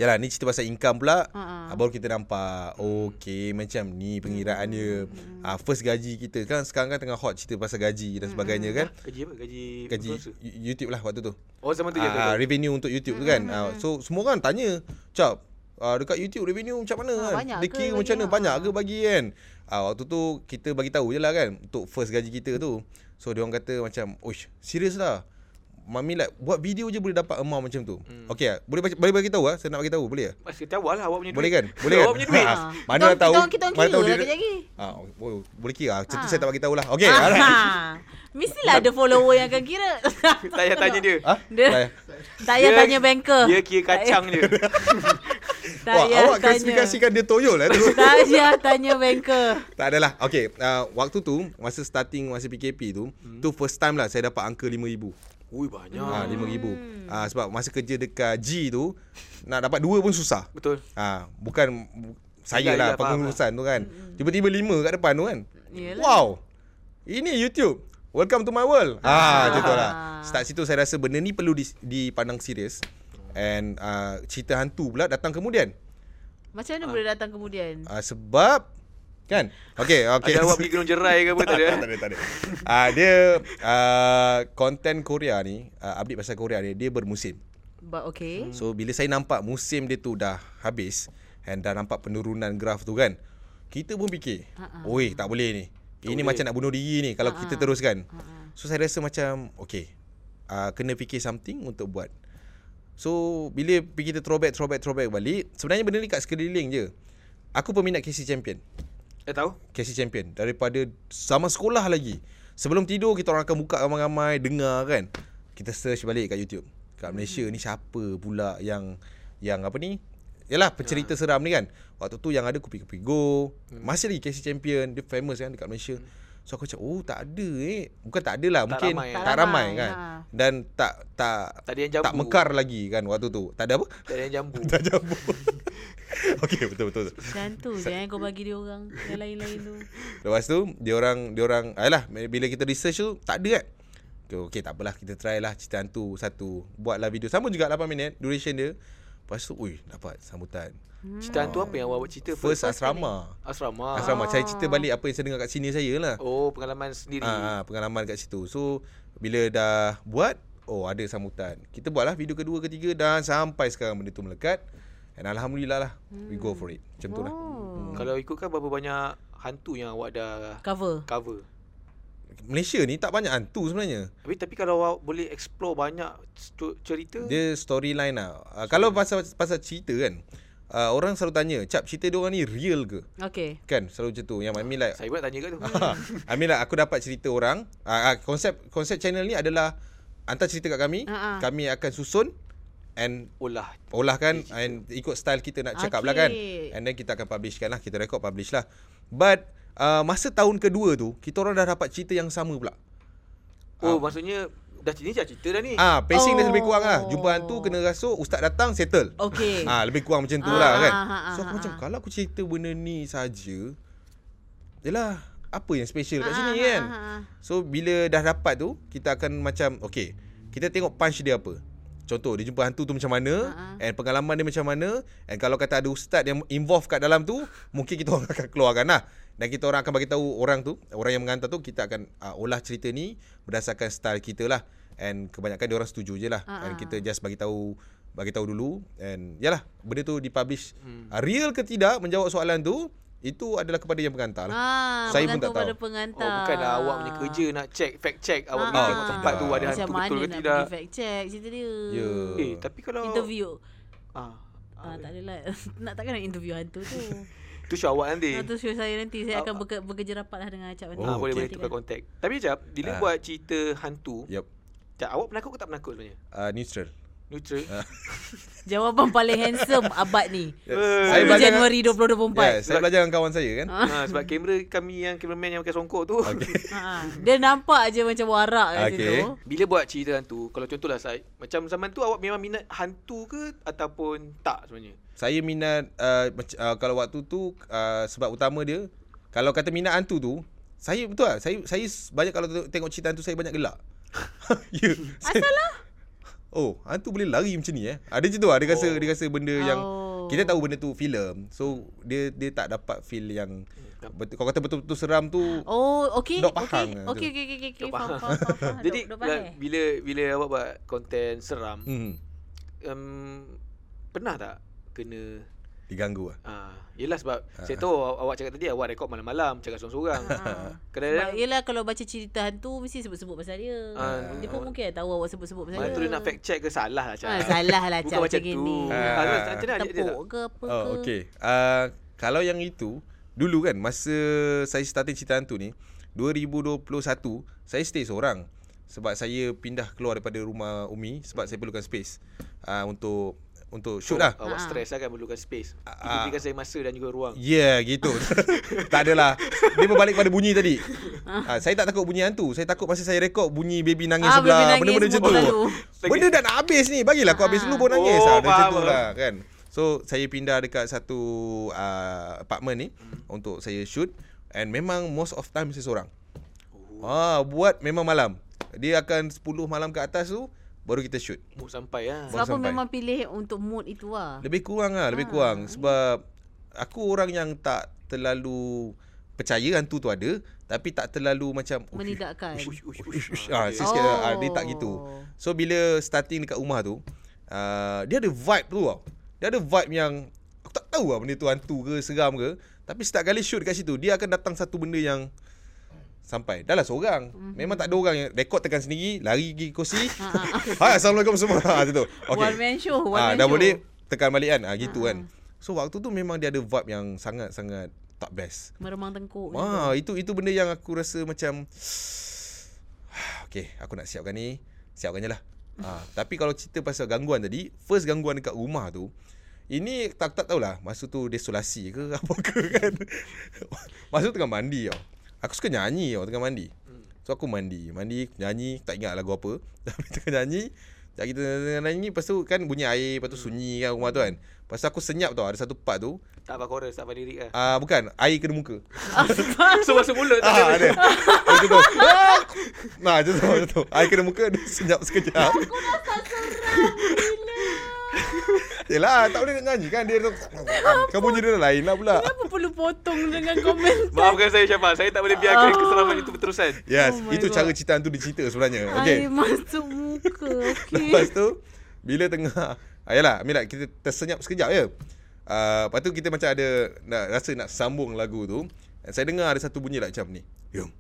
Yalah ni cerita pasal income pula Ha. uh Baru kita nampak Okay macam ni pengiraan Hmm, dia uh, First gaji kita kan Sekarang kan tengah hot cerita pasal gaji dan sebagainya Hmm, kan Gaji apa? Gaji Gaji influencer? Y- YouTube lah waktu tu Oh, zaman tu je. Ah, revenue untuk YouTube tu kan. Hmm, Ah, so semua orang tanya, "Cap, ah, dekat YouTube revenue macam mana?" Ah, kan? banyak Dia ke kira bagi macam mana ah?" banyak ke bagi kan? Ah, waktu tu kita bagi tahu je lah kan untuk first gaji kita tu. So dia orang kata macam, "Oish, serius lah." Mami like buat video je boleh dapat amount macam tu. Hmm. Okey, ah, boleh baca- boleh bagi tahu ah, saya nak bagi tahu boleh ah? Mas, kita awal lah awak punya duit. Boleh kan? Boleh kan? Awak punya duit. Ah, Ha. mana Kita tahu? orang- kita orang mana kira tahu lah dia- kejap-kejap. Ah, boleh, boleh kira. Macam tu Ah. saya tak bagi tahulah. Okey, Ah, alright. ha. Mestilah ada follower yang akan kira Tak payah tanya dia. Ah, Dia- saya- Tak payah Dia- tanya banker Dia kira kacang je. Tak Wah, payah awak tanya. klasifikasikan dia toyol lah tu. Tak payah tanya banker Tak adalah. Okay, uh, waktu tu masa starting masa PKP tu, hmm. tu first time lah saya dapat angka 5000. Ui, banyak. Ah ha, 5000. Ah sebab masa kerja dekat G tu nak dapat dua pun susah. Betul. Ah bukan bu- saya Yelah, lah yelah, faham pengurusan tu kan. Tiba-tiba lima kat depan tu kan. Yelah. Wow. Ini YouTube. Welcome to my world. Ah, macam tu Ah. lah. Start situ saya rasa benda ni perlu dis- dipandang serius. And uh, cerita hantu pula datang kemudian. Macam Ah. mana boleh datang kemudian Uh, sebab kan? Okay, okay. Ada awak pergi gunung jerai ke apa eh? tak ada. tak ada, tak ada. Ah, dia ah, konten Korea ni, ah, update pasal Korea ni, dia bermusim. But okay So bila saya nampak musim dia tu dah habis and dah nampak penurunan graf tu kan, kita pun fikir, oi tak boleh ni. Ini boleh. macam nak bunuh diri ni kalau kita teruskan. So saya rasa macam okay, ah, kena fikir something untuk buat. So bila kita throwback throwback throwback balik, sebenarnya benda ni kat sekeliling je. Aku peminat Casey Champion. Eh tahu? Casey Champion daripada zaman sekolah lagi. Sebelum tidur kita orang akan buka ramai-ramai dengar kan. Kita search balik kat YouTube. Kat Malaysia ni siapa pula yang yang apa ni? Ya. Yalah pencerita seram ni kan. Waktu tu yang ada Kupi-Kupi Go, Hmm. masih lagi Casey Champion, dia famous kan dekat Malaysia. So aku macam oh tak ada eh. Bukan tak ada lah Tak mungkin ramai, eh. tak ramai Tak kan. ramai, Dan tak tak Tak ada yang jambu. tak mekar lagi kan waktu tu. Tak ada apa? Tak ada yang jambu. Tak jambu. Okey betul betul. betul. Macam tu je eh kau bagi dia orang yang lain-lain tu. Lepas tu dia orang dia orang alah bila kita research tu tak ada kan. Okay, okay tak apalah kita try lah cerita hantu satu. Buatlah video sama juga 8 minit duration dia. Lepas tu ui dapat sambutan. Cerita hantu apa yang awak buat cerita Hmm. First Ah. asrama. Asrama. Asrama saya cerita balik apa yang saya dengar kat sini saya lah. Oh, pengalaman sendiri. Ah, ah, pengalaman kat situ. So bila dah buat oh ada sambutan. Kita buatlah video kedua ketiga dan sampai sekarang benda tu melekat. And alhamdulillah lah we go for it. Macam tu lah. Oh. Kalau ikutkan berapa banyak hantu yang awak dah Cover. cover? Malaysia ni tak banyak hantu sebenarnya. Tapi tapi kalau awak boleh explore banyak stu- cerita Dia, Dia storyline lah. Uh, kalau pasal pasal cerita kan, uh, orang selalu tanya, "Cap, cerita dia orang ni real ke?" Okay. Kan, selalu macam tu. Yang I mean like, ha, saya pun nak tanya kat tu. I mean like aku dapat cerita orang, uh, uh, konsep konsep channel ni adalah hantar cerita kat kami, Ha, ha. kami akan susun and Olah. olahkan and ikut style kita nak cakap lah kan. Okey. And then kita akan publishkan lah, kita record publish lah. But uh, masa tahun kedua tu, kita orang dah dapat cerita yang sama pula. Oh, maksudnya dah ni dah cerita dah ni. Ah, pacing dia lebih kurang Eh. lah. Oh. Jumpa hantu kena rasuk, ustaz datang settle. Okay. Ah lebih kurang macam tu Ah, lah ah, kan. ah, ah, So ah, aku macam ah. kalau aku cerita benda ni saja Yalah apa yang special kat Ah, sini ah, kan. ah, ah. So bila dah dapat tu kita akan macam okay kita tengok punch dia apa. Contoh dia jumpa hantu tu macam mana And pengalaman dia macam mana And kalau kata ada ustaz yang involve kat dalam tu Mungkin kita orang akan keluarkan lah Dan kita orang akan bagi tahu orang tu Orang yang menghantar tu Kita akan uh, olah cerita ni Berdasarkan style kita lah And kebanyakan dia orang setuju je lah And kita just bagi tahu bagi tahu dulu And yalah Benda tu dipublish hmm. Real ke tidak Menjawab soalan tu Itu adalah kepada yang pengantar lah Ah, Saya pun bergantung tak tahu. pada pengantar. Oh, bukanlah awak punya kerja nak check, fact check awak punya Ah. tengok tempat tu ada Macam hantu mana betul ke nak tidak. pergi fact check cerita dia. Ya Eh, tapi kalau Interview. Ah, Ah, tak adalah. nak takkan nak interview hantu tu. tu show awak nanti. Itu Ah, show saya nanti. Saya akan beker, bekerja rapat lah dengan Acap nanti. Eh. kan. ah, Oh, boleh okey. Ah. Ya. boleh tukar kontak. Tapi jap, bila buat cerita hantu, Yup jap, awak penakut ke tak penakut sebenarnya? uh, Neutral Neutral. Jawapan paling handsome abad ni. Eh, Saya 1 belajar dengan- Januari 2024. Ya, saya belajar dengan kawan saya kan. ha, sebab kamera kami yang cameraman yang pakai songkok tu. Okay. Ha, dia nampak je macam warak kat Okey. situ. Bila buat cerita hantu, kalau contohlah saya, macam zaman tu awak memang minat hantu ke ataupun tak sebenarnya? Saya minat uh, mac- uh, kalau waktu tu uh, sebab utama dia kalau kata minat hantu tu saya betul lah saya saya s- banyak kalau tengok- tengok cerita hantu saya banyak gelak. ya. Yeah, Asal lah. Oh, hantu boleh lari macam ni eh. Ada macam tu lah. Dia rasa oh. dia rasa benda yang Oh. kita tahu benda tu filem. So dia dia tak dapat feel yang betul, kau kata betul-betul seram tu. Oh, okey. Dok Okey, Pahang lah tu. okey, okey, okey, okey. Dok Faham, Pahang. faham, faham, faham. Jadi eh, Dok- Dok bila, Pahang. bila bila awak buat konten seram, Hmm. um, pernah tak kena Diganggu lah. Ah, yelah sebab saya tahu awak, awak cakap tadi awak rekod malam-malam cakap Ah. seorang-seorang. Sebab Kadang-kadang yelah kalau baca cerita hantu mesti sebut-sebut pasal dia. eh. Ah. dia pun mungkin tahu awak sebut-sebut pasal dia. mana tu dia nak fact check ke salah lah ya, Ah, cakap. salah lah Bukan Acap macam macam tu. gini. Ah, Ah. terus macam mana ada dia tak? Tepuk ke apa ke. Oh, okey. Uh, kalau yang itu, dulu kan masa saya starting cerita hantu ni, 2021, saya stay seorang. Sebab saya pindah keluar daripada rumah Umi sebab saya perlukan space uh, untuk untuk shoot lah. Ah. Awak stres lah kan perlukan space. Itu Ah. berikan saya masa dan juga ruang. Ya yeah, gitu Tak adalah Dia berbalik pada bunyi tadi ha, Saya tak takut bunyi hantu Saya takut masa saya rekod Bunyi baby nangis Ah, baby sebelah nangis Benda-benda macam semua tu berlalu. Benda dah nak habis ni Bagilah kau habis dulu baru nangis Oh, oh, ha, dah Macam tu faham. lah kan So saya pindah dekat satu uh, apartment ni Untuk saya shoot And memang most of time saya seorang Oh. Ah, Buat memang malam Dia akan 10 malam ke atas tu Baru kita shoot Mood sampai lah. Sebab apa sampai. memang pilih untuk mood itu lah. lebih kurang lah, lebih kurang sebab aku orang yang tak terlalu percaya hantu tu ada tapi tak terlalu macam "Ush, Menidakkan. Ush, ush, ush. ush, ush." ah sikit Oh. ah, dia tak gitu. So bila starting dekat rumah tu, ah, dia ada vibe tu tau. Dia ada vibe yang aku tak tahu lah benda tu hantu ke seram ke, tapi setiap kali shoot kat situ dia akan datang satu benda yang sampai. Dah lah seorang. Mhm. Memang tak ada orang yang rekod tekan sendiri, lari pergi kursi. Hai, assalamualaikum semua. Ha tu. Okey. Ah, One man show. One Ah, man dah show. boleh tekan balik kan. Ah gitu kan. So waktu tu memang dia ada vibe yang sangat-sangat tak best. Meremang tengkuk. macam Wah, Ah, itu itu benda yang aku rasa macam Okay, aku nak siapkan ni Siapkan je lah ha, Tapi kalau cerita pasal gangguan tadi First gangguan dekat rumah tu Ini tak tak tahulah Masa tu desolasi ke apa ke kan Masa tu tengah mandi tau Aku suka nyanyi tau tengah mandi So aku mandi Mandi nyanyi Tak ingat lagu apa Tapi tengah nyanyi Tak kita tengah nyanyi Lepas tu kan bunyi air Lepas tu sunyi kan rumah tu kan Lepas tu aku senyap tau Ada satu part tu Tak apa chorus, tak apa lirik lah. Ah Bukan Air kena muka So masuk mulut tak ada. Ah, ada. Macam tu. Ah! Nah, macam tu, macam tu. Air kena muka, dia senyap Ya, sekejap. Yelah, tak boleh nak nyanyi kan. Dia tu, kau bunyi dia lain lah pula. Kenapa perlu potong dengan komen? Maafkan saya Syafa, saya tak boleh biarkan kesalahan itu berterusan. Yes, Oh oh my itu God. cara cerita hantu dicerita sebenarnya. Air Okay. masuk muka. Okay. Lepas tu, bila tengah, ah, ayalah, Mila, lah, kita tersenyap sekejap je. Uh, lepas tu kita macam ada nak, rasa nak sambung lagu tu. Saya dengar ada satu bunyi lah macam ni. Yum.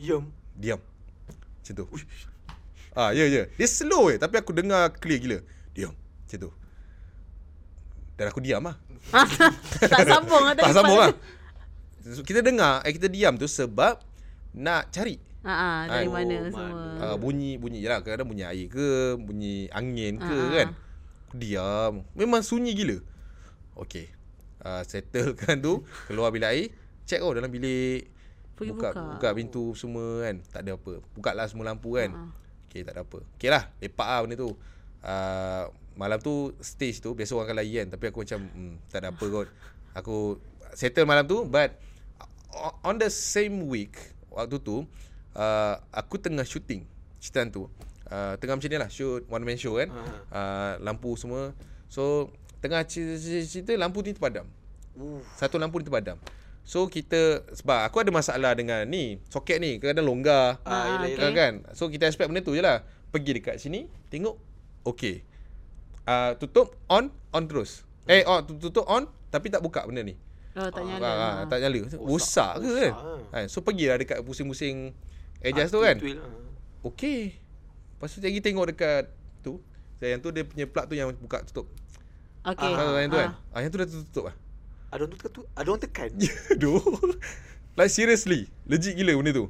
Yum. Diam Macam tu Ah ya ya Dia slow je Tapi aku dengar clear gila Diam Macam tu Dan aku diam lah tak sambung lah Tak sambung lah So, Kita dengar eh, Kita diam tu sebab Nak cari Ha dari Oh, mana mana. semua. uh, Bunyi-bunyi Yalah kadang-kadang bunyi air ke Bunyi angin ke Ah. kan Aku diam Memang sunyi gila Okay uh, Settlekan tu Keluar bilik air Check oh dalam bilik Pergi buka, buka. buka pintu semua kan Tak ada apa Buka lah semua lampu kan Ha. Okay tak ada apa Okay lah Lepak lah benda tu uh, Malam tu Stage tu Biasa orang akan lari kan Tapi aku macam mm, Tak ada apa kot Aku Settle malam tu But o- On the same week Waktu tu uh, Aku tengah shooting Cerita tu uh, Tengah macam ni lah Shoot One man show kan Ah. uh, Lampu semua So Tengah cerita-cerita Lampu ni terpadam Uh. Satu lampu ni terpadam So kita Sebab aku ada masalah dengan ni Soket ni Kadang-kadang longgar Ah, yelah, Ah, yelah. okay. kan so kita expect benda tu je lah pergi dekat sini tengok okey uh, tutup on on terus eh oh tu- tutup on tapi tak buka benda ni Oh, tak nyala. ah, ah, tak nyala rosak ke rosak kan ah. kan so pergilah dekat pusing-pusing Ah, adjust tu kan tweet, ah. okey lepas tu lagi tengok dekat tu dan yang tu dia punya plug tu yang buka tutup Okay. ah, yang tu kan Ah. ah yang tu dah tutup ah Ada orang tekan tu, ada orang tekan. aduh Ya, like seriously legit gila benda tu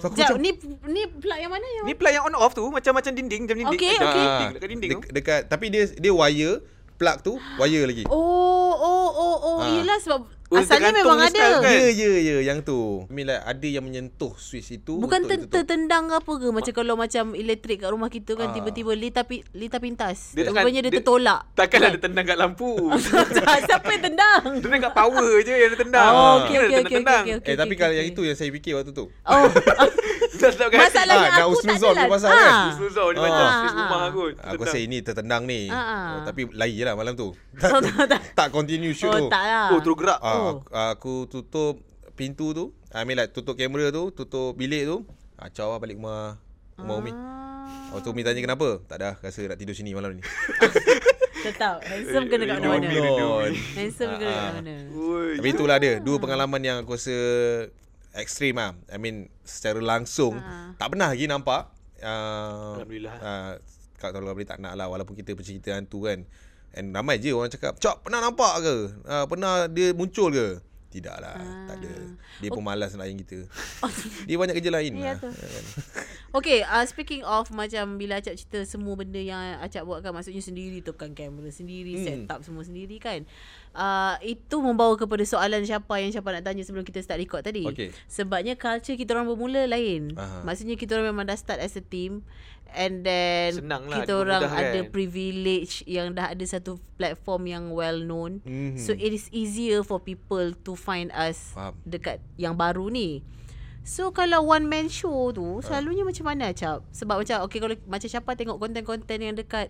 so aku Sekejap, macam- ni ni plug yang mana yang? Ni plug yang on off tu macam macam dinding, macam dinding. Okey, Macam okey. dinding, Dekat dinding tu. "Ah, Dek, dekat tapi dia dia wire plug tu wire lagi. Oh, oh, oh, oh. Ah. Yelah sebab Oh, asalnya tergantung memang dia style ada. kan? Ya ya ya yang tu. I mean like ada yang menyentuh switch itu Bukan untuk ter- ditutup. tertendang ke apa ke Macam kalau macam elektrik kat rumah kita kan Ah. Tiba-tiba lita, pi- lita pintas Dia takkan- Rupanya dia, dia- tertolak Takkan ada tendang kat lampu. Siapa yang tendang? Tendang kat power je yang ada tendang. Oh, Kita okey, ada okey, okey, tendang-tendang. okey, okey. Eh tapi kalau yang itu yang saya fikir waktu tu. Oh, Dah sedapkan hati. Masalah- Masalahnya Kan? Ah, nak aku husnul tak zon ada tu pasal lah. kan. Ah. Susah ni Ah. macam Ah, Space ah. rumah kot Aku rasa ini tertendang ni. Ah, ah. Oh, tapi lari je lah malam tu. oh, tak, tak. tak continue shoot oh tu. tak lah Oh terus gerak Ah, Oh. aku, aku tutup pintu tu. I mean like tutup kamera tu, tutup bilik tu. Kacau lah balik rumah rumah Umi. Ah. Waktu Umi Oh, tanya kenapa? Tak dah, rasa nak tidur sini malam ni. Tetap Handsome kena kat Rindu mana-mana Umi, rindu Umi. Handsome kena kat Ah. mana Ui. Tapi itulah dia Dua pengalaman yang aku rasa Ekstrim lah I mean Secara langsung Ha. Tak pernah lagi nampak uh, Alhamdulillah. uh, Kalau boleh tak nak lah Walaupun kita bercerita hantu kan And ramai je orang cakap Cok pernah nampak ke? Uh, pernah dia muncul ke? Tidak lah Tak ada Dia pun malas nak layan kita Dia banyak kerja lain Ah. Oh, Ya lah. tu Okay uh, Speaking of Macam bila Acap cerita Semua benda yang Acap buat kan Maksudnya sendiri Tukang kamera sendiri hmm. Set up semua sendiri kan uh, Itu membawa kepada soalan Siapa yang siapa nak tanya Sebelum kita start record tadi Okey. Sebabnya culture kita orang bermula lain Aha. Maksudnya kita orang memang dah start as a team And then Senang lah, Kita orang dipermudahkan. kan? ada privilege Yang dah ada satu platform yang well known mm-hmm. So it is easier for people to find us Faham. Dekat yang baru ni So kalau one man show tu Selalunya macam mana Cap? Sebab macam Okay kalau macam siapa tengok konten-konten yang dekat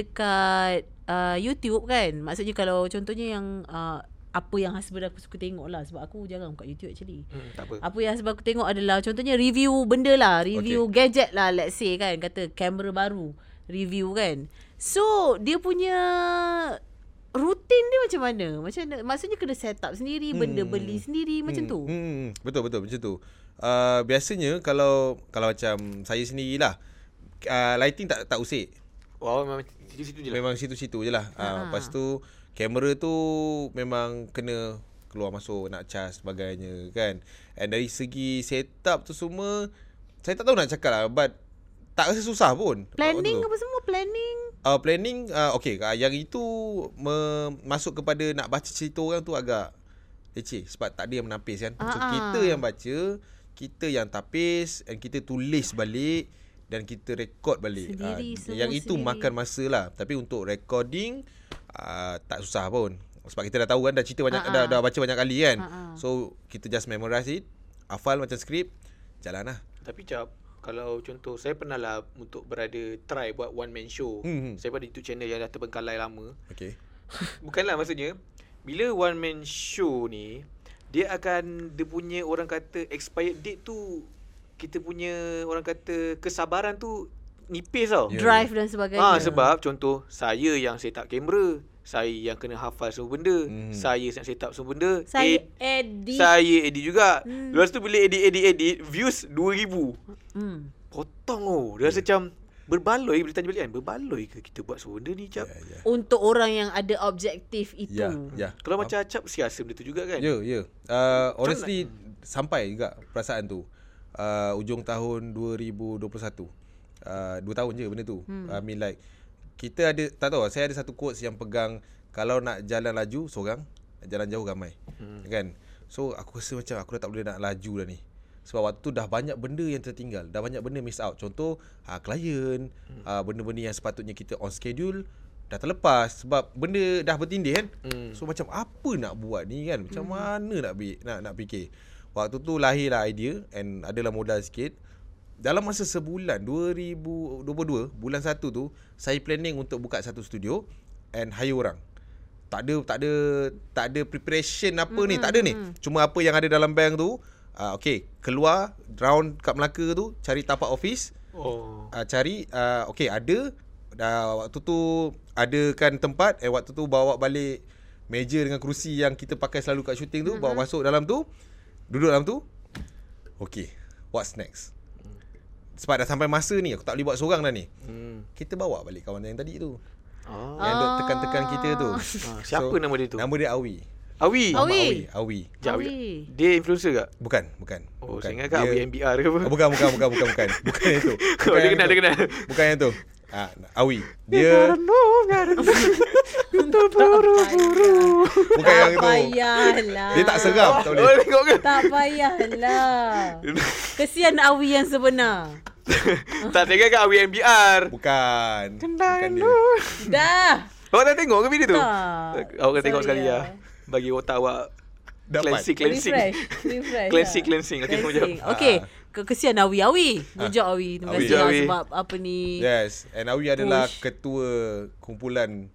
Dekat uh, YouTube kan Maksudnya kalau contohnya yang uh, Apa yang husband aku suka tengok lah Sebab aku jarang buka YouTube actually Hmm, Tak apa apa yang sebab aku tengok adalah contohnya review benda lah, review okay. gadget lah let's say kan, kata kamera baru, review kan. So, dia punya rutin dia macam mana? Macam mana? maksudnya kena set up sendiri, benda beli sendiri macam tu. Hmm, betul betul macam tu. Uh, biasanya kalau kalau macam saya sendirilah uh, lighting ah, tak tak usik. Wow, memang situ-situ je lah. Memang situ-situ je lah. Ha. lepas tu kamera tu memang kena keluar masuk nak charge sebagainya kan. And dari segi setup tu semua saya tak tahu nak cakap lah but tak rasa susah pun. Planning Waktu tu. apa semua planning. Uh, planning uh, okay uh, yang itu me- masuk kepada nak baca cerita orang tu agak leceh sebab tak ada yang menapis kan. So Ah, ah. kita yang baca, kita yang tapis and kita tulis balik dan kita rekod balik. Ah, Sendiri, semua yang itu sendiri. makan masa lah. Tapi untuk recording uh, tak susah pun. Sebab kita dah tahu kan dah cerita banyak Ah, dah, ah. dah baca banyak kali kan. Ah, ah. So kita just memorize it, hafal macam skrip, jalan lah. Tapi cap kalau contoh saya pernah lah untuk berada try buat one man show. Hmm, hmm. Hmm. Saya pada YouTube channel yang dah terbengkalai lama. Okay. Bukanlah maksudnya bila one man show ni dia akan dia punya orang kata expired date tu kita punya orang kata kesabaran tu nipis tau. Ya, Drive dan sebagainya. Ah sebab contoh saya yang set up kamera, saya yang kena hafal semua benda, Hmm. hmm. saya yang set up semua benda. saya Ed- Eh, edit. saya edit juga. Hmm. Hmm. Lepas tu bila edit edit edit views 2000. Hmm. Potong oh. Dia Ya. rasa macam berbaloi bila tanya balik kan. Berbaloi ke kita buat semua benda ni cap? Ya, ya. Untuk orang yang ada objektif itu. Ya, ya. Kalau macam acap siasa benda tu juga kan. Ya, ya. Uh, honestly sampai juga perasaan tu. Uh, ujung tahun 2021. Uh, dua tahun je benda tu. Hmm. I mean like kita ada tak tahu lah, saya ada satu quotes yang pegang kalau nak jalan laju seorang, nak jalan jauh ramai. Hmm. Kan? So aku rasa macam aku dah tak boleh nak laju dah ni. Sebab waktu tu dah banyak benda yang tertinggal Dah banyak benda miss out Contoh uh, Klien uh, Benda-benda yang sepatutnya kita on schedule Dah terlepas Sebab benda dah bertindih kan Hmm. So macam apa nak buat ni kan Macam hmm. mana nak, bi- nak nak fikir Waktu tu lahirlah idea And adalah modal sikit Dalam masa sebulan 2022 Bulan 1 tu Saya planning untuk buka satu studio And hire orang tak ada tak ada tak ada preparation apa mm-hmm. ni tak ada ni cuma apa yang ada dalam bank tu uh, okay keluar round kat Melaka tu cari tapak office Oh. uh, cari uh, okay ada dah waktu tu adakan tempat eh waktu tu bawa balik meja dengan kerusi yang kita pakai selalu kat syuting tu mm-hmm. bawa masuk dalam tu duduk dalam tu okay what's next sebab dah sampai masa ni aku tak boleh buat seorang dah ni Hmm. kita bawa balik kawan yang tadi tu Ah. yang duk Ah. tekan-tekan kita tu Ah, siapa nama dia tu? nama dia Awi Awi. Awi. Awi Awi Jap, Awi. jap. Dia influencer ke? bukan bukan Oh, bukan. saya ingat kat Awi MBR ke apa? Ah, bukan bukan bukan bukan bukan bukan yang tu bukan Oh, dia yang kenal, tu. dia kenal. bukan yang tu ah, Awi dia Terburu-buru. bukan Tak yang tu payahlah. dia tak seram tak Oh, boleh tengok ke? Tak payahlah. Kesian Awi yang sebenar. tak tengok kat Awi MBR. bukan bukan dia Hmm. Dah. Awak tak tengok ke video tu? Tak. Awak kena tengok Sorry sekali lah. lah. Bagi otak awak Dapat. cleansing, cleansing. Refresh. Refresh. Cleansing, lah. cleansing. Okey, tunggu Cleansing. jap. Okey. Ke- Kesian Awi Awi. Bujuk Awi. Terima Ha. Awi. kasih lah Awi. sebab apa ni. yes and Awi adalah Push. ketua kumpulan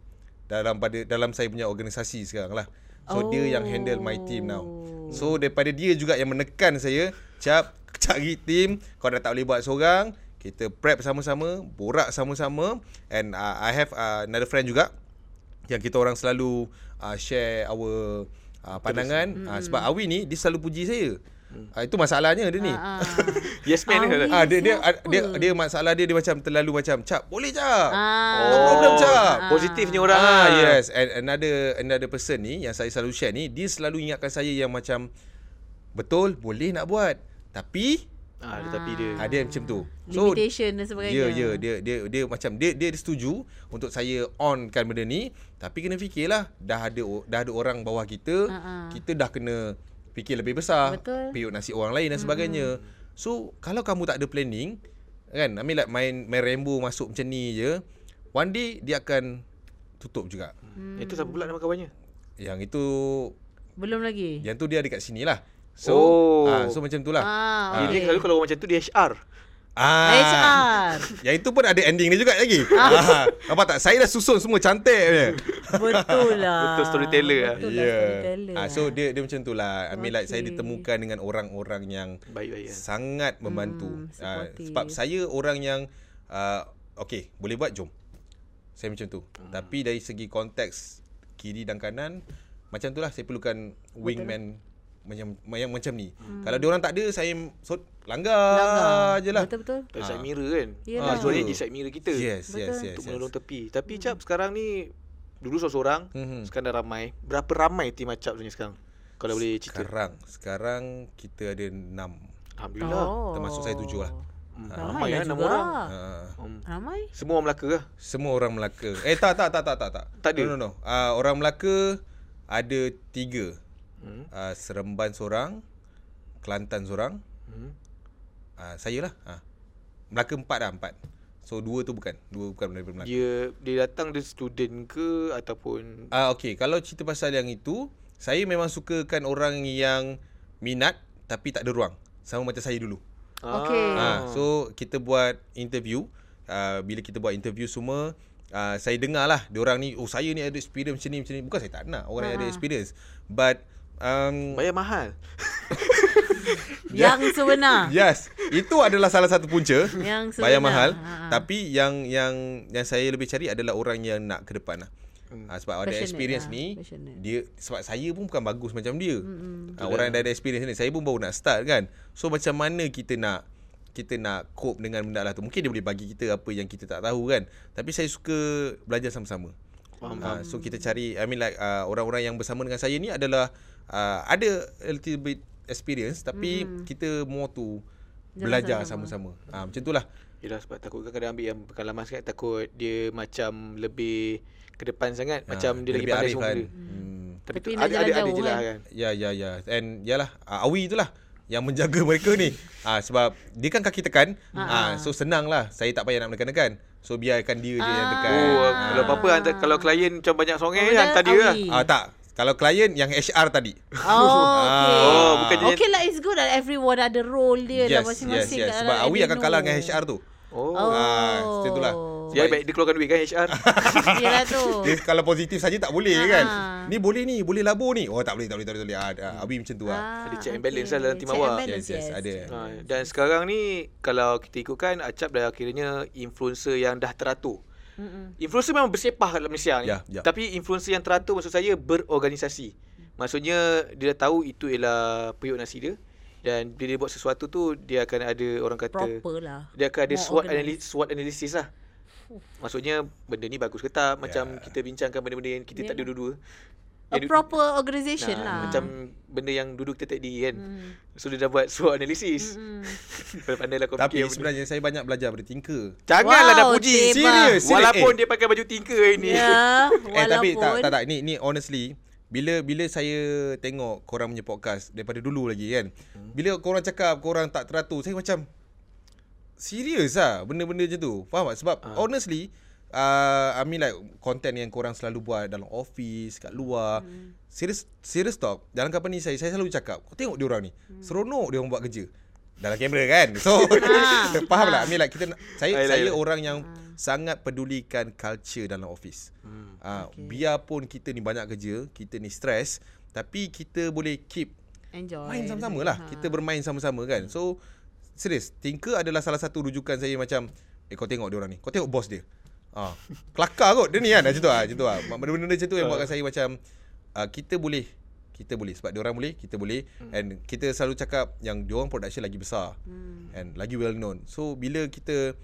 dalam pada dalam saya punya organisasi sekarang lah so oh. dia yang handle my team now Oh. so daripada dia juga yang menekan saya cap cari team kau dah tak boleh buat seorang kita prep sama-sama borak sama-sama and uh, I have uh, another friend juga yang kita orang selalu uh, share our uh, pandangan uh, sebab Awi ni dia selalu puji saya. Uh, itu masalahnya dia ni. Hmm. Ah. Yes man Oh. ke? Ah dia dia ah, dia dia masalah dia dia macam terlalu macam cap boleh cap. Ah. No Oh. problem cap. Positifnya orang. Ah ah. yes and another another person ni yang saya selalu share ni dia selalu ingatkan saya yang macam betul boleh nak buat tapi Ah, dia tapi dia. ada macam tu. Limitation dan sebagainya. Ya ya dia dia dia macam dia dia setuju untuk saya on kan benda ni tapi kena fikirlah dah ada o- dah ada orang bawah kita Ha-ha. kita dah kena fikir lebih besar Betul. Hmm. periuk nasi orang lain dan sebagainya so kalau kamu tak ada planning kan I mean like main main Rambo masuk macam ni je one day dia akan tutup juga Itu siapa pula nama kawannya? yang itu Belum lagi. yang tu dia ada kat sini lah so Oh. ah, so macam tu lah Ah, Dia, dia okey. selalu kalau orang macam tu dia HR. ah HR. Yang itu pun ada ending dia juga lagi. ah, nampak tak? Saya dah susun semua cantik punya. Betul lah. Betul storyteller lah. Betul lah storyteller. Ah, so dia dia macam tu lah. I mean like saya Okey. ditemukan dengan orang-orang yang Baik-baik. Ya. sangat membantu. Hmm, Ah, supportive. sebab saya orang yang uh, okay, boleh buat jom. Saya macam tu. Hmm. Tapi dari segi konteks kiri dan kanan macam tu lah saya perlukan wingman macam yang macam ni. Hmm. Kalau dia orang tak ada saya so, langgar, Langgar. je lah. Betul betul. Tak side mirror kan. Yelah. Ah, jualnya di side mirror kita. Yes, Betul. yes, yes. Untuk yes. menolong tepi. Tapi cap sekarang ni dulu seorang-seorang, Mhm. sekarang dah ramai. Berapa ramai team acap sebenarnya sekarang? Kalau boleh cerita. Sekarang, sekarang kita ada enam. Alhamdulillah. Termasuk saya tujuh lah. Oh, Ramai Hmm, Ramai lah kan enam juga. orang. Uh, Hmm. Ramai? Semua orang Melaka lah. semua orang Melaka. Eh tak tak tak tak tak tak. Tak ada? No no no. Uh, orang Melaka ada tiga. Hmm. Uh, Seremban seorang, Kelantan seorang, Hmm. uh, saya lah. Uh. Melaka empat lah empat. So dua tu bukan, dua bukan daripada Melaka. Dia dia datang dia student ke ataupun Ah uh, okey, kalau cerita pasal yang itu, saya memang sukakan orang yang minat tapi tak ada ruang. Sama macam saya dulu. Okey. Ah uh, so kita buat interview, uh, bila kita buat interview semua Uh, saya dengar lah Diorang ni Oh saya ni ada experience macam ni macam ni Bukan saya tak nak Ah. Orang yang ada experience But um, Bayar mahal. Yang sebenar. Yes Itu adalah salah satu Ah. punca Yang sebenar. Bayar mahal Ha. Tapi yang yang yang saya lebih cari Adalah orang yang nak ke depan lah Hmm. Ah, sebab ada Passionate experience lah, ni passionate. dia sebab saya pun bukan bagus macam dia. Mm-hmm. orang lah. yang dah ada experience ni saya pun baru nak start kan. So macam mana kita nak kita nak cope dengan benda lah tu. Mungkin dia boleh bagi kita apa yang kita tak tahu kan. Tapi saya suka belajar sama-sama. Faham, Ah, so kita cari I mean like uh, orang-orang yang bersama dengan saya ni adalah uh, ada a little bit experience tapi mm-hmm. kita more to belajar sama-sama. Ah macam itulah. Yelah sebab takut kadang-kadang ambil yang pengalaman sangat Takut dia macam lebih ke depan sangat Ya, Macam dia, lagi Ah, lebih pandai arif semua benda Hmm. Tapi tu Tapi nak ada, ada, jalan ada jauh je lah kan? kan Ya ya ya And yalah uh, Awi itulah Yang menjaga mereka ni ah Sebab Dia kan kaki tekan ah So senang lah Saya tak payah nak menekan-nekan So biarkan dia je yang tekan Oh kalau apa-apa hantar, Kalau klien macam banyak songai Benda Hantar dia lah awi. ah, Tak Kalau klien yang HR tadi Oh, Ah. okay. Oh, bukan jenis- Okay lah, it's good that everyone ada role dia lah masing-masing. kat dalam Sebab Awi admin akan tu. kalah dengan HR tu Oh Oh. Ah, macam itulah. Ya baik dia keluarkan duit kan HR Yelah tu. dia kalau positif saja tak boleh je kan. Oh. Ah. Ni boleh ni, boleh labur ni. Oh tak boleh, tak boleh, tak boleh. tak boleh. Ah, ah, Awi macam tu ah. Ada check and balance lah dalam tim awak. Yes, yes, ada. ha, Dan sekarang ni Kalau kita ikutkan Acap dah akhirnya Influencer yang dah teratur Influencer memang bersepah kat dalam Malaysia ni. Ya, ya. Tapi influencer yang teratur maksud saya berorganisasi. Maksudnya dia dah tahu itu ialah periuk nasi dia dan bila dia buat sesuatu tu dia akan ada orang kata Proper lah. dia akan ada More SWOT organised. analysis, SWOT analysis lah. Maksudnya benda ni bagus ke tak Ya. macam kita bincangkan benda-benda yang kita tak ada dua-dua. Ya. A Yang du- proper organisation Nah, lah. Hmm. Macam benda yang duduk kita tak diri kan. So dia dah buat SWOT analysis. Pandai-pandailah kau Tapi fikir benda. sebenarnya saya banyak belajar daripada Tinker. Janganlah dah Wow, puji. Teba. Serius, serius. Walaupun Eh. dia pakai baju tinker ini. Ya, Eh tapi tak walaupun tak tak ni ni honestly bila bila saya tengok korang punya podcast daripada dulu lagi kan. Bila korang cakap korang tak teratur, saya macam serius ah benda-benda macam tu. Faham tak? Sebab honestly uh, I mean like content yang korang selalu buat dalam office, kat luar. Serius serius talk. Dalam company saya saya selalu cakap, kau tengok dia orang ni. Seronok dia orang buat kerja. Dalam kamera kan. So faham lah. I mean like kita nak- saya Ayolah, saya ayolah. orang yang sangat pedulikan culture dalam office. Hmm. Uh, okay. Biarpun kita ni banyak kerja, kita ni stres, tapi kita boleh keep enjoy. Ha. main sama-sama lah. Kita bermain sama-sama kan. So, serius, Tinker adalah salah satu rujukan saya macam, eh kau tengok dia orang ni, kau tengok bos dia. Ah, kelakar kot dia ni kan. Macam tu ah, macam tu ah. Benda-benda macam tu yang buatkan saya macam ah, kita boleh kita boleh sebab dia orang boleh, kita boleh and kita selalu cakap yang dia orang production lagi besar and lagi well known. So bila kita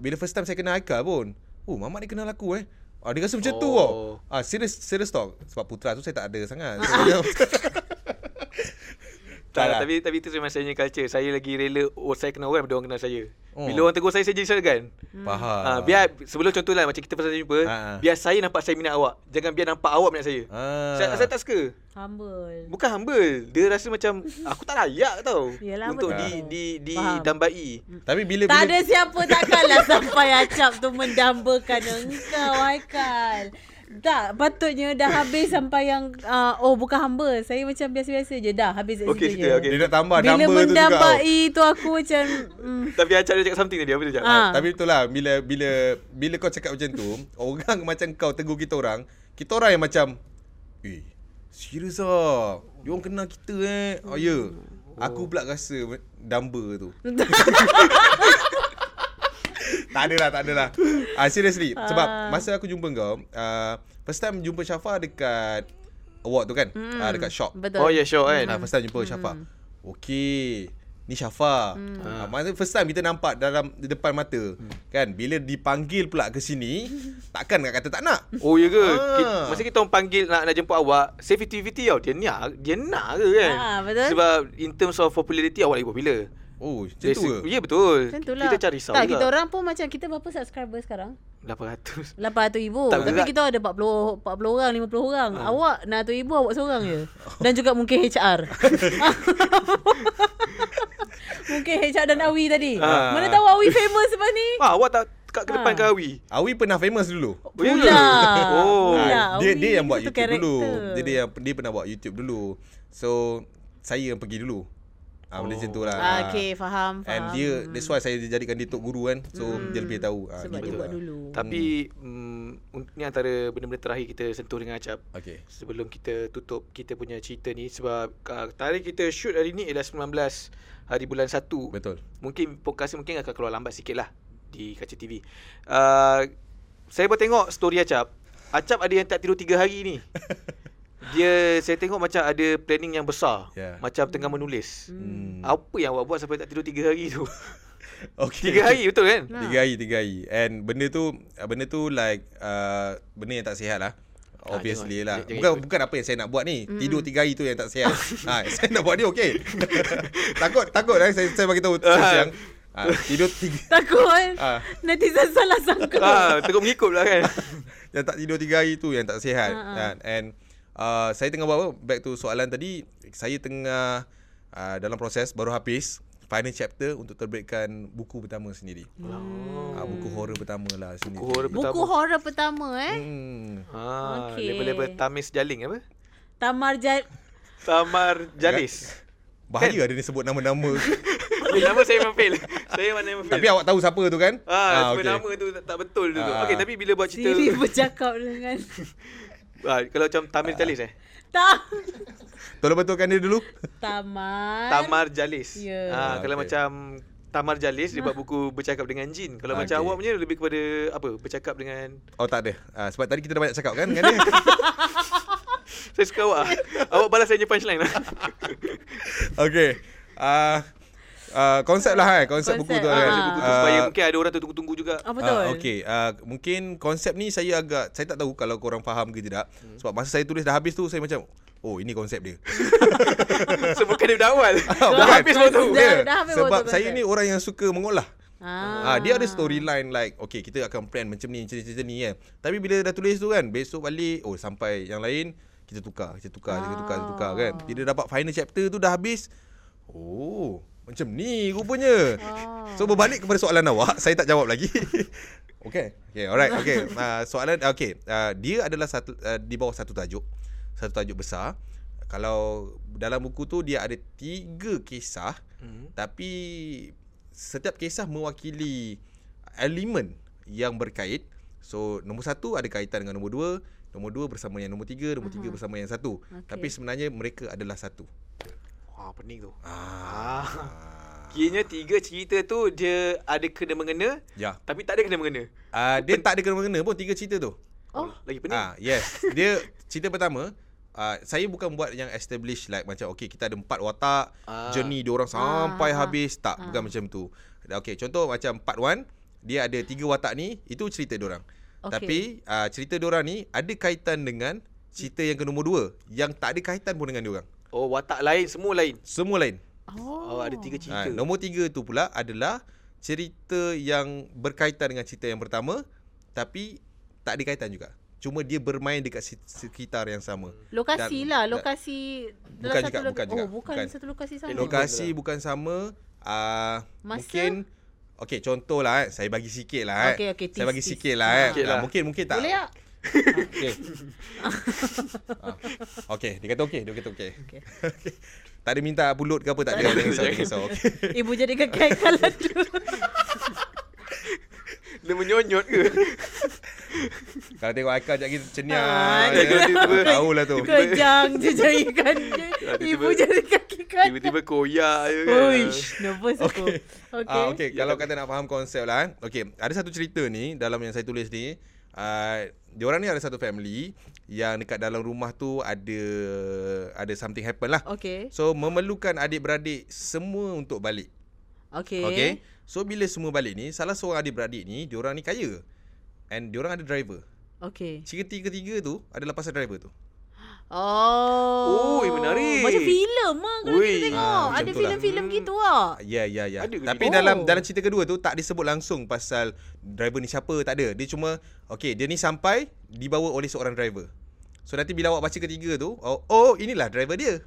bila first time saya kenal Haikal pun, oh mamak ni kenal aku eh. Ah, dia rasa macam tu Oh. tau. Ah, serious serious talk. Sebab putra tu saya tak ada sangat. So, Tak, Tak lah. tapi tapi itu memang saya punya culture. Saya lagi rela oh, saya kena orang daripada orang kenal saya. Oh. Ah. Bila orang tegur saya saya jadi sergan. faham. Ha, biar sebelum contoh lah macam kita pasal jumpa, Ha, ha. biar saya nampak saya minat awak. Jangan biar nampak awak minat saya. Ah. Saya, saya tak suka. Humble. Bukan humble. Dia rasa macam aku tak layak tau. Yelah, untuk betul. di di di Faham. Hmm. dambai. Tapi bila Tak bila ada siapa takkanlah sampai Acap tu mendambakan engkau Haikal. Tak, patutnya dah habis sampai yang uh, oh bukan humble. Saya macam biasa-biasa je dah habis kat Okey, situ cerita, je. okey. dia nak tambah Bila number tu juga. tau. mendambai tu aku macam mm, Tapi Acap dia cakap something tadi. Apa dia cakap? Ah. Tapi itulah bila bila bila kau cakap macam tu, orang macam kau tegur kita orang, kita orang yang macam eh serius ah. Dia orang kenal kita eh. Oh ya. Hmm. Yeah. Aku pula rasa damba tu. tak adalah, tak adalah. Ah seriously, sebab masa aku jumpa kau, ah first time jumpa Syafa dekat award tu kan Hmm. mm. uh, dekat shop. Betul. Oh, yeah, sure Ah, Hmm. kan. first time jumpa Syafa. Okey. Ni Syafa. Hmm. Mm. Ah, maksudnya first time kita nampak dalam di depan mata. Kan? Bila dipanggil pula ke sini, takkan nak kata tak nak. Oh ya ke? Ki- Ah. Masa kita orang panggil nak nak jemput awak, safe activity tau. Dia nak, dia nak ke kan? Ah, betul. Sebab in terms of popularity awak lagi popular. Oh, macam Dari tu se- ke? Ya betul. Macam tu lah. Kita cari risau Tak, juga. kita orang pun macam kita berapa subscriber sekarang? 800 800. ribu Tak Ah. Tapi bergerak. kita ada 40 40 orang 50 orang ha. Awak 600 ribu awak seorang je Dan juga mungkin HR Mungkin HR dan Awi tadi Ah. Mana tahu Awi famous sebab ni Ah, awak tak kat ke depan Ah. ke Awi? Awi pernah famous dulu. Oh, ya ke? Pula Oh. Pula. Ah, dia ya, Awi dia yang buat satu YouTube karakter. dulu. karakter. Dia dia yang dia pernah buat YouTube dulu. So saya yang pergi dulu. Ah, benda macam tu lah. ah, Ah. Okay faham, faham. And dia that's why saya jadikan dia tok guru kan. So hmm. dia lebih tahu. Ah, Sebab ni dia betul buat lah. dulu Tapi mm, un- ni antara benda-benda terakhir kita sentuh dengan Acap. Okay. Sebelum kita tutup kita punya cerita ni sebab uh, tarikh kita shoot hari ni ialah 19 hari bulan 1. Betul. Mungkin podcast ni mungkin akan keluar lambat sikit lah di kaca TV. Uh, saya pun tengok story Acap. Acap ada yang tak tidur 3 hari ni. Dia saya tengok macam ada planning yang besar. Ya. Macam tengah menulis. Hmm. Apa yang awak buat sampai tak tidur 3 hari tu? Okay. 3 hari betul kan? Tiga hari, tiga hari. And benda tu, benda tu like, uh, benda yang tak sihat lah. Obviously jangan- lah. jangan Bukan bukan apa yang saya nak buat ni. Tidur tiga hari tu yang tak sihat. ha, saya nak buat ni okey. takut, takut lah. Saya, saya bagi tahu siang. Ha, tidur tiga, Takut Ah. Netizen salah sangka Ah, tengok mengikut lah kan. yang tak tidur tiga hari tu yang tak sihat. Kan? And uh, saya tengah buat apa? Back to soalan tadi. Saya tengah uh, dalam proses baru habis final chapter untuk terbitkan buku pertama sendiri. Oh. Ah, buku horror pertama lah sendiri. Buku horror Buku pertama. horror pertama eh Hmm. Ah, Okey. label-label Tamis Jaling apa? Tamar Jal Tamar Jalis. Bahaya Kan? ada ni sebut nama-nama. Ni nama saya memfail. saya mana yang memfail. Tapi awak tahu siapa tu kan? Ah, ah okey. nama tu tak, tak betul tu. Ah. Okey, tapi bila buat cerita Siri bercakap dengan ah, kalau macam Tamir Jalis eh. Ta Tolong betulkan dia dulu. Tamar Tamar Jalis. Ya. Ah. Ah, Ah, kalau okey. macam Tamar Jalis dia buat buku bercakap dengan jin. Kalau Ah, macam okey. awak punya lebih kepada apa? Bercakap dengan Oh tak ada. Ah, sebab tadi kita dah banyak cakap kan dengan dia. Saya suka awak. awak balas saya punya punchline Ah. lah. Okey. Ah ah, konsep lah eh. Konsep, buku Konsep, tu kan. ah. Buku tu Ah, supaya mungkin ada orang tu tunggu-tunggu juga. Ah betul Ah, okay, ah, mungkin konsep ni saya agak saya tak tahu kalau korang faham ke tidak. Hmm. Sebab masa saya tulis dah habis tu saya macam oh ini konsep dia. Sebab bukan daripada awal. Ah, Dah habis baru tahu. Dah- Ya, dah habis baru Sebab tahu saya konsep. ni orang yang suka mengolah. Ah. Ah. dia ada storyline like okay kita akan plan macam ni macam ni macam ni kan. Tapi bila dah tulis tu kan besok balik oh sampai yang lain kita tukar kita tukar kita tukar kita tukar kan. Bila dapat final chapter tu dah habis oh macam ni rupanya. So berbalik kepada soalan awak saya tak jawab lagi. okay. Okay alright okay. Uh, soalan okay uh, dia adalah satu uh, di bawah satu tajuk. Satu tajuk besar. Kalau dalam buku tu dia ada tiga kisah Hmm. tapi setiap kisah mewakili elemen yang berkait. So nombor satu ada kaitan dengan nombor dua, nombor dua bersama yang nombor tiga, nombor tiga bersama yang satu. Okay. Tapi sebenarnya mereka adalah satu. Wah, pening tu. Ah. Ah. Kiranya tiga cerita tu dia ada kena-mengena Ya. tapi tak ada kena-mengena. Uh, dia tak ada kena-mengena pun tiga cerita tu. Oh. Lagi pening. Ah, yes. Dia cerita pertama Uh, saya bukan buat yang establish like macam okay kita ada empat watak Ah. ah. journey diorang sampai ah. habis tak ah. bukan macam tu okay contoh macam part 1 dia ada tiga watak ni itu cerita diorang Okey. okay. tapi uh, cerita diorang ni ada kaitan dengan cerita yang ke nombor dua yang tak ada kaitan pun dengan diorang Oh, watak lain semua lain. semua lain Oh. Oh, ada tiga cerita. Ha, nombor tiga tu pula adalah cerita yang berkaitan dengan cerita yang pertama tapi tak ada kaitan juga. Cuma dia bermain dekat se- sekitar yang sama. Lokasi Dan- lah, dan- lokasi dalam Bukan satu juga, bukan juga, Oh, bukan, bukan. satu lokasi sama. Elok- Lokasi bukan sama. Uh, Masa? Mungkin Okey, contoh lah eh. Saya bagi sikit lah eh. Okey, okey, saya tease, bagi tease. sikit lah eh. Sikit Ah, lah. mungkin, mungkin tak. Boleh tak? Okey. Ah, Okey, dia kata okey. Dia kata okey. Okey. Okay. tak ada minta pulut ke apa tak Tak ada, ada. Jangan risau, jangan. jangan risau. Okey. Ibu jadikan kain kalah tu. Dia menyonyot ke? Kalau tengok Aikal sekejap lagi Ah, ceniak. jangan tiba-tiba. Tahu lah tu. Kejang je jadikan dia. Ah, tiba-tiba- Ibu jadikan kain kalah. Tiba-tiba koyak je kan. Uish, nervous aku. Okay. Okay. Ah, okay. Kalau kata nak faham konsep lah eh. Okay, ada satu cerita ni dalam yang saya tulis ni. Uh, diorang ni ada satu family yang dekat dalam rumah tu ada ada something happen lah. Okay. So memerlukan adik-beradik semua untuk balik. Okay. Okay. So bila semua balik ni, salah seorang adik-beradik ni diorang ni kaya. And diorang ada driver. Okay. Cerita ketiga tu adalah pasal driver tu. Oh. Ui, menarik. Macam filem ah kalau Ui. kita tengok. Ah, macam Ada tu lah. filem-filem gitu ah. Ya ya ya. Ada ke Tapi gitu? dalam Oh. dalam cerita kedua tu tak disebut langsung pasal driver ni siapa, tak ada. Dia cuma okay dia ni sampai dibawa oleh seorang driver. So nanti bila awak baca ketiga tu, oh, oh inilah driver dia.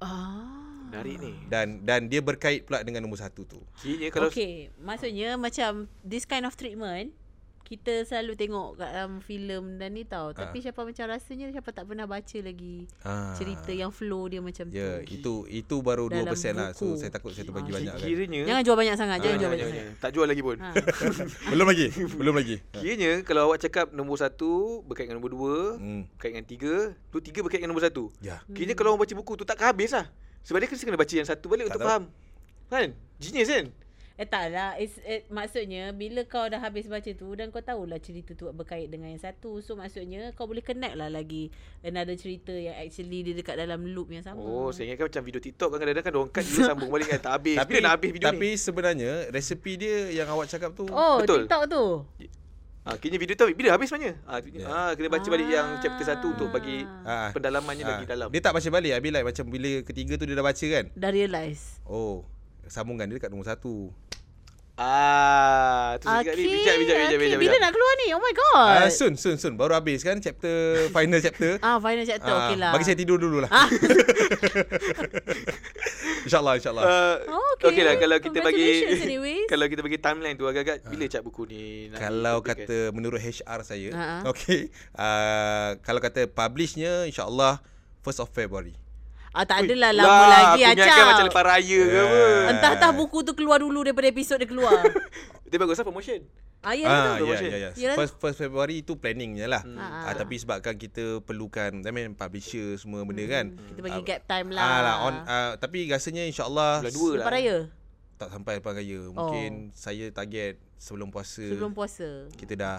Hmm. Ah. Menarik ni. Dan dan dia berkait pula dengan nombor satu tu. Kiranya kalau Kalau okay, maksudnya macam this kind of treatment kita selalu tengok kat dalam filem dan ni tau. Tapi siapa macam rasanya siapa tak pernah baca lagi Ah. cerita yang flow dia macam Ya, tu. itu itu baru Dalam 2% lah. So buku. saya takut saya terbagi Ah. banyak kan. kiranya Jangan jual banyak sangat, jangan Ah, jual jangan, banyak jangan, sangat. jangan. tak jual lagi pun. Ha. Belum lagi. Belum lagi. Kiranya kalau awak cakap nombor satu berkait dengan nombor dua, Hmm. berkait dengan tiga, tu tiga berkait dengan nombor satu. Ya. Kiranya kalau orang baca buku tu tak habis lah. Sebab dia kena baca yang satu balik Tak untuk tahu. faham. Kan? Genius kan? Eh tak lah It's, it, Maksudnya Bila kau dah habis baca tu Dan kau tahulah cerita tu Berkait dengan yang satu So maksudnya Kau boleh connect lah lagi Another cerita yang actually Dia dekat dalam loop yang sama Oh, saya ingatkan macam video TikTok kan kadang-kadang kan diorang cut dia sambung balik kan tak habis. Tapi Bila nak habis video tapi ni? sebenarnya resepi dia yang awak cakap tu Oh Betul. Betul. TikTok tu Ha, kiranya video tu bila habis sebenarnya? Ha, tu, Ya. ha, kena baca balik yang chapter satu untuk Ah. bagi Ah. pendalamannya Ah, lagi dalam. Dia tak baca balik Abi like macam bila ketiga tu dia dah baca kan Dah realise Oh Sambungan dia dekat nombor satu Ah, tu saya cakap ni Okay, bijak bijak bijak okay. bijak. Bila bijak. nak keluar ni Oh my uh, god Soon soon soon Baru habis kan Chapter Final chapter Ah final chapter Ah, okay lah Bagi saya tidur dulu lah InsyaAllah insyaAllah Uh, Oh, okay. okay. lah kalau kita bagi Congratulations anyways. kalau kita bagi timeline tu agak-agak bila cap buku ni nak Ah. Kalau diterbitkan? kata menurut HR saya Ha, ha. Okay uh, Kalau kata publishnya InsyaAllah 1st of February ah, Tak adalah Lah, lama lagi Aku kan ingatkan macam Acap lepas raya Ya. ke apa. Eh. Entah-entah buku tu keluar dulu Daripada episod dia keluar Dia bagus lah promotion. Ah ya Ah, tu betul, ya, Roshan. ya, ya. Yelah tu. First, first Februari tu planningnya lah. Ah, Ah, ah. tapi sebabkan kita perlukan, I mean, publisher semua benda kan. Hmm. Kita bagi gap time lah Ah, lah on, Hmm. ah, tapi rasanya insyaAllah Bulan dua lah. Lepas raya tak sampai lepas raya. Mungkin saya target sebelum puasa Oh. Sebelum puasa kita dah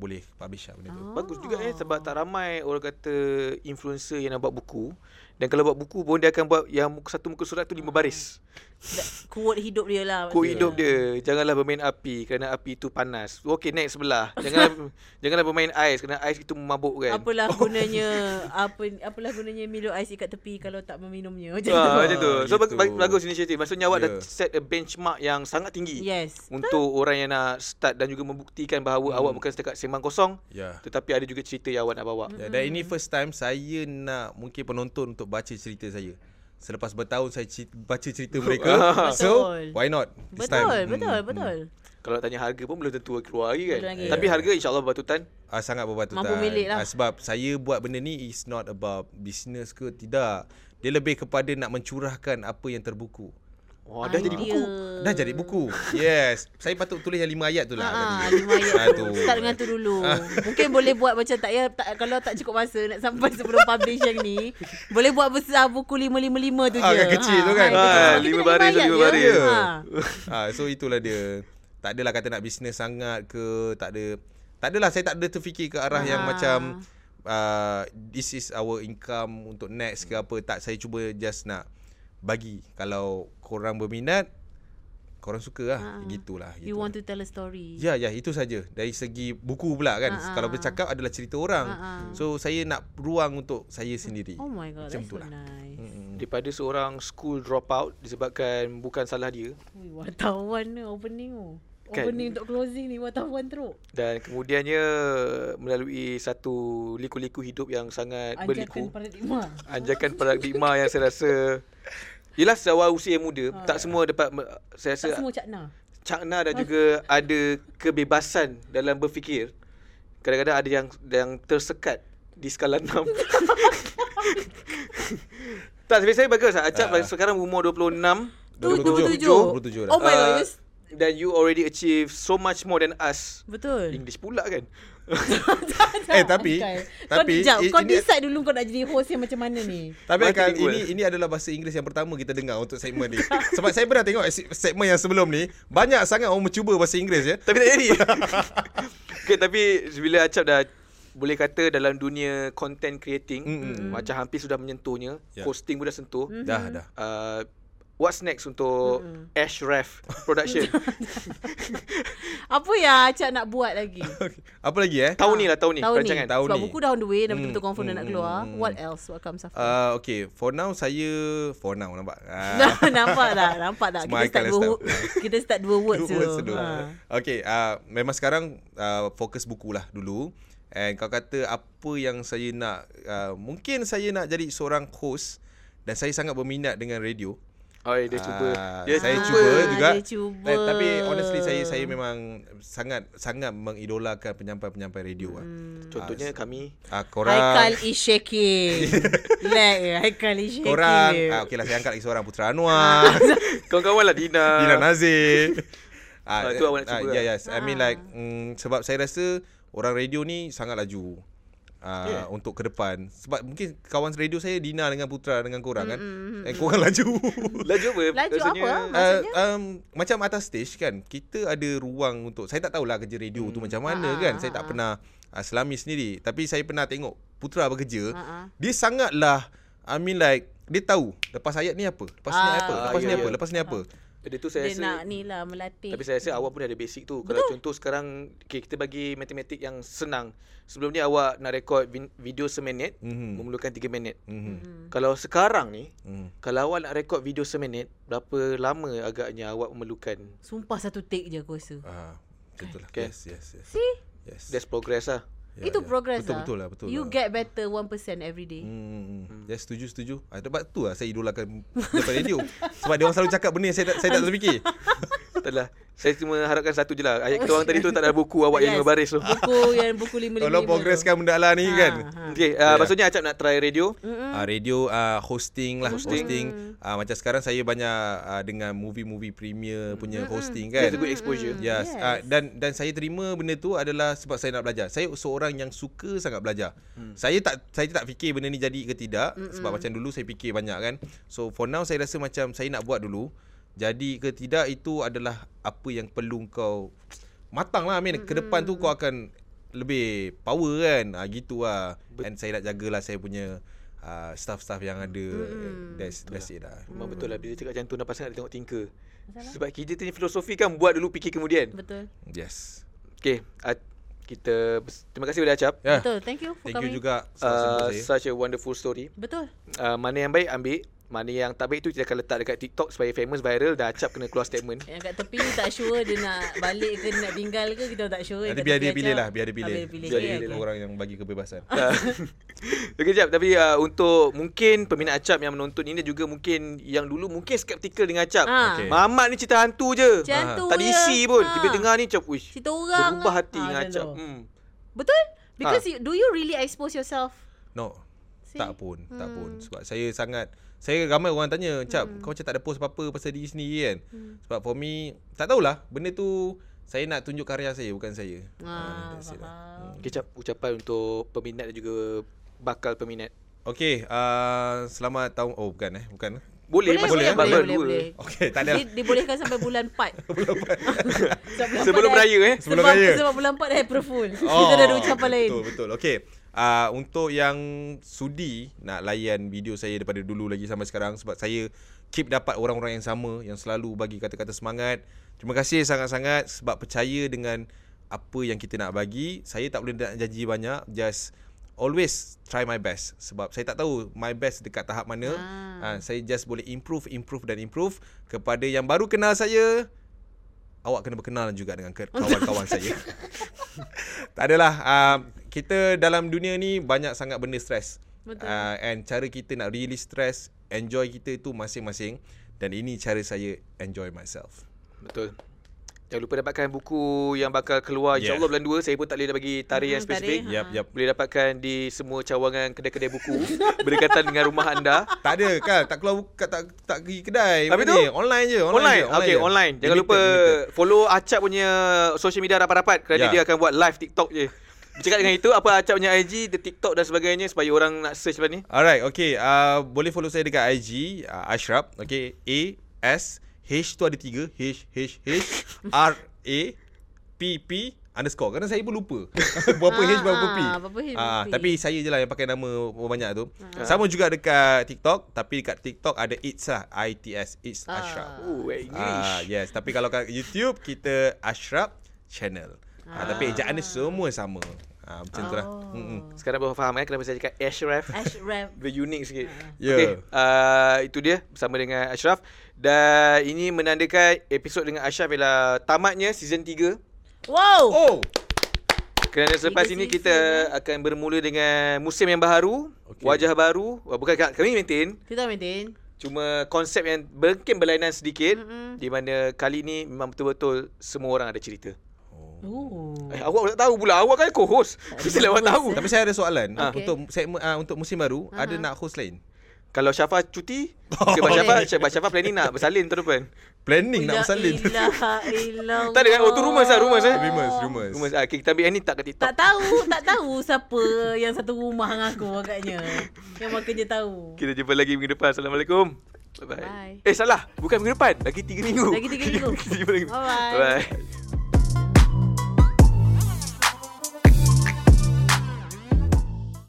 boleh publish lah benda tu. Bagus juga Oh. eh sebab tak ramai orang kata influencer yang nak buat buku dan kalau buat buku pun dia akan buat yang muka- satu muka surat tu lima baris. Da- Quote hidup dia lah Ku maksudnya. hidup dia Janganlah bermain api Kerana api itu panas Okay next sebelah Janganlah janganlah bermain ais Kerana ais itu kan? kan? memabukkan Apalah Oh. gunanya apa apalah gunanya Milo ais kat tepi kalau tak meminumnya. Macam Ah, tu. macam tu. So gitu. bag- bagus inisiatif. Maksudnya awak Ya. dah set a benchmark yang sangat tinggi. Yes. Untuk orang yang nak start dan juga membuktikan bahawa awak bukan setakat sembang kosong Hmm. Ya. tetapi ada juga cerita yang awak nak bawa. Ya, dan ini first time saya nak mungkin penonton untuk baca cerita saya. Selepas bertahun saya ci- baca cerita mereka. Ah. so, Betul. why not this time? Betul, betul, Hmm, betul. Kalau tanya harga pun belum tentu keluar lagi kan. Belum lagi. Tapi harga insya-Allah berpatutan. Ah, sangat berpatutan. Mampu milik lah. Ah, sebab saya buat benda ni is not about business ke tidak. Dia lebih kepada nak mencurahkan apa yang terbuku. Wah, Ah, dah jadi buku. Idea. Dah jadi buku. Yes. Saya patut tulis yang lima ayat tu ya. lah. Ah, ah, tadi. lima Ah, ayat tu. tu. Start dengan tu dulu. Ah. Mungkin boleh buat macam tak ya tak, kalau tak cukup masa nak sampai sebelum publish yang ni, boleh buat besar buku 555 tu Ah, je. kan kecil tu kan? ha, kita- Ah, kita lima nak baris tu, ayat lima je. baris. Ha. ah, so itulah dia. Tak adalah kata nak bisnes sangat ke, tak ada. Tak adalah saya tak ada terfikir ke arah yang Ah. macam uh, this is our income untuk next ke apa. Tak, saya cuba just nak bagi kalau korang berminat korang suka lah. Gitulah. Ah. You gitu. want to tell a story. Ya ya itu saja dari segi buku pula Ha, kan ha. kalau bercakap adalah cerita orang Ha, ha. so saya nak ruang untuk saya sendiri Oh my god, Macam that's so tu lah. nice. Daripada seorang school dropout disebabkan bukan salah dia Ui, wartawan ni opening tu. Kan. Opening untuk closing ni wartawan teruk. dan kemudiannya melalui satu liku-liku hidup yang sangat Anjakan berliku. paradigma. anjakan paradigma yang saya rasa Yelah seawal usia yang muda Tak semua dapat me- Saya rasa Ha. Ya. Tak semua Ha. cakna. Cakna dan juga Ada kebebasan Dalam berfikir Kadang-kadang ada yang Yang tersekat Di skala 6 Tak tapi saya bagus lah Acap sekarang umur 26 27. 27 dah. Oh my god, Ah, you s- Dan you already achieve So much more than us betul. English pula kan Eh, tapi- Angkai. Tapi kau, jap, i- kau ini- decide dulu kau nak jadi host yang macam mana ni. Tapi Bahasa Akal, bilingual. ini ini adalah bahasa Inggeris yang pertama kita dengar untuk segmen ni. Sebab saya pernah tengok se- segmen yang sebelum ni, banyak sangat orang mencuba bahasa Inggeris ya. Tapi tak jadi okay, Tapi Bila Acap dah Boleh kata dalam dunia Content creating Mm-mm. mm-hmm. Macam hampir sudah menyentuhnya Ya. yeah. Hosting pun dah sentuh Mhm. mm. Dah dah. uh, What's next untuk mm-hmm. Ashraf Production Apa yang Acak nak buat lagi? Apa lagi eh? Tahun ni lah tahun ni Tahun ni. Rancangan Tahun Sebab ni. buku dah on the way dah Hmm, betul-betul confirm dah hmm, nak keluar. hmm, What else? What comes after? Uh, okay, for now saya for now nampak. Nah, Ah. nampak tak? Nampak tak? Semua Kita start, Haikal dua, dah wo- kita start dua words Ha. Ah. Dua dulu. words dulu. Okay, uh, memang sekarang uh, fokus buku lah dulu. And kau kata apa yang saya nak, uh, mungkin saya nak jadi seorang host dan saya sangat berminat dengan radio. Oh, dia cuba Ah, dia saya Ah, cuba juga. Dia cuba. Eh, tapi honestly saya saya memang sangat sangat mengidolakan penyampai-penyampai radio lah. Contohnya kami Ah korang Hmm. Haikal is shaking. Lag ya, Haikal is shaking. korang dia. ah okey lah saya angkat lagi seorang Putra Anwar, Kawan-kawan lah Dina Ah. Dina Nazir. Ah, tu awak nak cuba lah. Ya ya, I mean Ah. like mm, sebab saya rasa orang radio ni sangat laju. Uh, yeah. Yeah. untuk ke depan sebab mungkin kawan radio saya Dina dengan Putra dengan korang kan mm-hmm. eh korang laju Laju apa? Laju Rasanya apa? Uh, Maksudnya? um, macam atas stage kan kita ada ruang untuk saya tak tahulah kerja radio hmm. tu macam Ah, mana ah, kan saya tak ah. pernah uh, selami sendiri tapi saya pernah tengok Putra Ah, bekerja ah. dia sangatlah I mean like dia tahu lepas ayat ni apa lepas ni Ah, apa lepas ya, ni ya. apa lepas ni apa Dia tu saya Dia rasa nak ni lah melatih. Tapi saya rasa awak pun ada basic tu. Kalau contoh sekarang okay, kita bagi matematik yang senang. Sebelum ni awak nak rekod vin- video seminit Mhm. mm-hmm. memerlukan 3 minit. Mhm. Mm. Kalau sekarang ni Mhm. kalau awak nak rekod video seminit, berapa lama agaknya awak memerlukan? Sumpah satu take je aku rasa. ah macam tu lah Okay. yes yes yes See? yes That's progress lah. Ya, Itu ya. progress betul lah. betul lah betul You lah. get better 1% every day. Hmm, hmm. Ya setuju setuju. Ah, sebab tu lah saya idolakan depan radio. Sebab dia orang selalu cakap benda yang saya tak saya tak terfikir. Taklah. lah. Saya cuma harapkan satu je lah. Ayat kita orang tadi tu tak ada buku awak yang lima baris tu. Buku yang buku lima-lima. Tolong progresskan benda Ah, lah ni kan. Okay, uh, maksudnya Acap nak try radio. uh, radio uh, hosting lah hosting, Hosting. hosting. Uh, macam sekarang saya banyak uh, dengan movie-movie premiere punya hosting kan It's a good exposure. yes, yes. Uh, dan dan saya terima benda tu adalah sebab saya nak belajar saya seorang yang suka sangat belajar hmm. saya tak saya tak fikir benda ni jadi ke tidak Mm-mm. sebab macam dulu saya fikir banyak kan so for now saya rasa macam saya nak buat dulu jadi ke tidak itu adalah apa yang perlu kau matang lah I mean ke depan tu kau akan lebih power kan ah, gitu lah and saya nak jagalah saya punya uh, staff-staff yang ada that's, that's it lah Memang betul lah bila cakap macam tu nampak sangat dia tengok tinker. Sebab kita punya filosofi kan buat dulu fikir kemudian. Betul. yes Okay, uh, kita bes- terima kasih kepada Acap. yeah. Betul. Thank you for Eh. thank you coming. juga Uh, saya. such a wonderful story. Betul. Uh, mana yang baik ambil, mana yang tak baik tu kita akan letak dekat TikTok supaya famous viral dan acap kena keluar statement. Yang kat tepi ni tak sure dia nak balik ke nak tinggal ke kita tak sure. Yang Nanti kat biar tepi dia Acap. pilih lah Biar dia Ah, pilih Biar dia pilih. Ah. Biar Okay, dia okay. pilih orang yang bagi kebebasan Uh, Okey jap tapi uh, untuk mungkin peminat acap yang menonton ini juga mungkin yang dulu mungkin skeptikal dengan acap. Ah. Okey. Mamat ni cerita hantu je. Macam tu tak je. diisi pun. Ah. Tiba dengar ni acap, wish. Cerita orang. Berubah lah. hati Ah, dengan macam acap. tu. Hmm. Betul? Because you, do you really expose yourself? No See? Hmm. Tak pun Tak pun Sebab saya sangat Saya ramai orang tanya Cap kau macam tak ada post apa-apa Pasal diri sendiri kan Hmm. Sebab for me Tak tahulah Benda tu Saya nak tunjuk karya saya Bukan saya Ah, that's it lah. faham. Okey jap ucapan untuk peminat dan juga bakal peminat. Okay uh, Selamat tahun Oh bukan eh Bukan eh Boleh, Boleh, masuk boleh, yang boleh, baru boleh, dua. boleh. Okay tak ada Dia, dibolehkan sampai bulan 4. Sebelum raya eh. Sebelum Sebelum raya. Oh, Sebab bulan 4 dah April Fool. Kita dah ada ucapan lain. Betul betul Okay uh, Untuk yang sudi Nak layan video saya Daripada dulu lagi sampai sekarang Sebab saya Keep dapat orang-orang yang sama Yang selalu bagi kata-kata semangat Terima kasih sangat-sangat Sebab percaya dengan Apa yang kita nak bagi Saya tak boleh nak janji banyak Just Always try my best Sebab saya tak tahu My best dekat tahap mana ah. Saya just boleh improve Improve dan improve Kepada yang baru kenal saya Awak kena berkenalan juga Dengan ke- kawan-kawan saya tak adalah uh, kita dalam dunia ni banyak sangat benda stres. Betul. Uh, and cara kita nak release stress, enjoy kita itu masing-masing dan ini cara saya enjoy myself. Betul. Jangan lupa dapatkan buku yang bakal keluar yeah. Yeah. insyaAllah bulan 2. Saya pun tak boleh bagi tarikh yang Hmm, spesifik. tarikh, Yap yap. Boleh dapatkan di semua cawangan kedai-kedai buku berdekatan dengan rumah anda. Tak ada kan, tak keluar buka, tak tak pergi kedai. Tapi Mana tu, ni? online je, Ya, online. Online. je, online. Okay, je. online. Jangan Limited, lupa limited. follow Acap punya social media rapat-rapat kerana Ya. yeah. dia akan buat live TikTok je. Bercakap dengan itu Apa Acap punya IG The TikTok dan sebagainya Supaya orang nak search lepas ni Alright, okay. Uh, boleh follow saya dekat IG, uh, Ashraf. Okay, A, S, H tu ada tiga. H, H, H, R, A, P, P, underscore. Kerana saya pun lupa. berapa Ah, H, berapa P. ah, berapa H, berapa P. Ah, Ah. Tapi saya je lah yang pakai nama orang banyak tu. Sama juga dekat TikTok. Tapi dekat TikTok ada ITS lah. ITS, ITS Ah. Ashraf. Oh Ah, English yes. Tapi kalau kat YouTube, kita Ashraf channel. Ah. tapi ejaan dia semua sama. Ah, macam tu lah. Oh. Mm-mm. Sekarang baru faham kan Kenapa saya cakap Ashraf Ashraf Dia unik sikit Uh-huh. Ya. Okay uh, Itu dia Bersama dengan Ashraf Dan ini menandakan Episod dengan Ashraf Ialah tamatnya Season 3 Wow Oh! Kerana selepas Tiga season, ini ya. kita akan bermula dengan musim yang baru, okay. Okey. wajah baru. Wah, Bukan kat- kami maintain, Kita maintain cuma konsep yang mungkin berlainan sedikit Mm-mm. di mana kali ni memang betul-betul semua orang ada cerita. Ooh. Eh, awak tak tahu pula, awak kan co-host. Mesti lah awak co-host, tahu. eh. Tapi saya ada soalan Ah. okay. untuk segmen uh, untuk musim baru Aha. uh-huh. ada nak host lain. Kalau Syafa cuti, okay, Abang Syafa, Syafa, Syafa planning nak bersalin terus kan? depan. Planning nak bersalin. Ilah, ilah, Ah. Tak ada kan? Oh, tu rumours lah, rumours, eh? Rumors, rumors. Rumah ah, okay, kita ambil yang ni tak ke TikTok. Tak tahu, tak tahu siapa yang satu rumah dengan aku agaknya. Yang makan je tahu. Kita jumpa lagi minggu depan. Assalamualaikum. Bye-bye. Bye. Eh salah, bukan minggu depan, lagi 3 minggu. Lagi tiga minggu. Kita jumpa lagi. Bye-bye. Bye.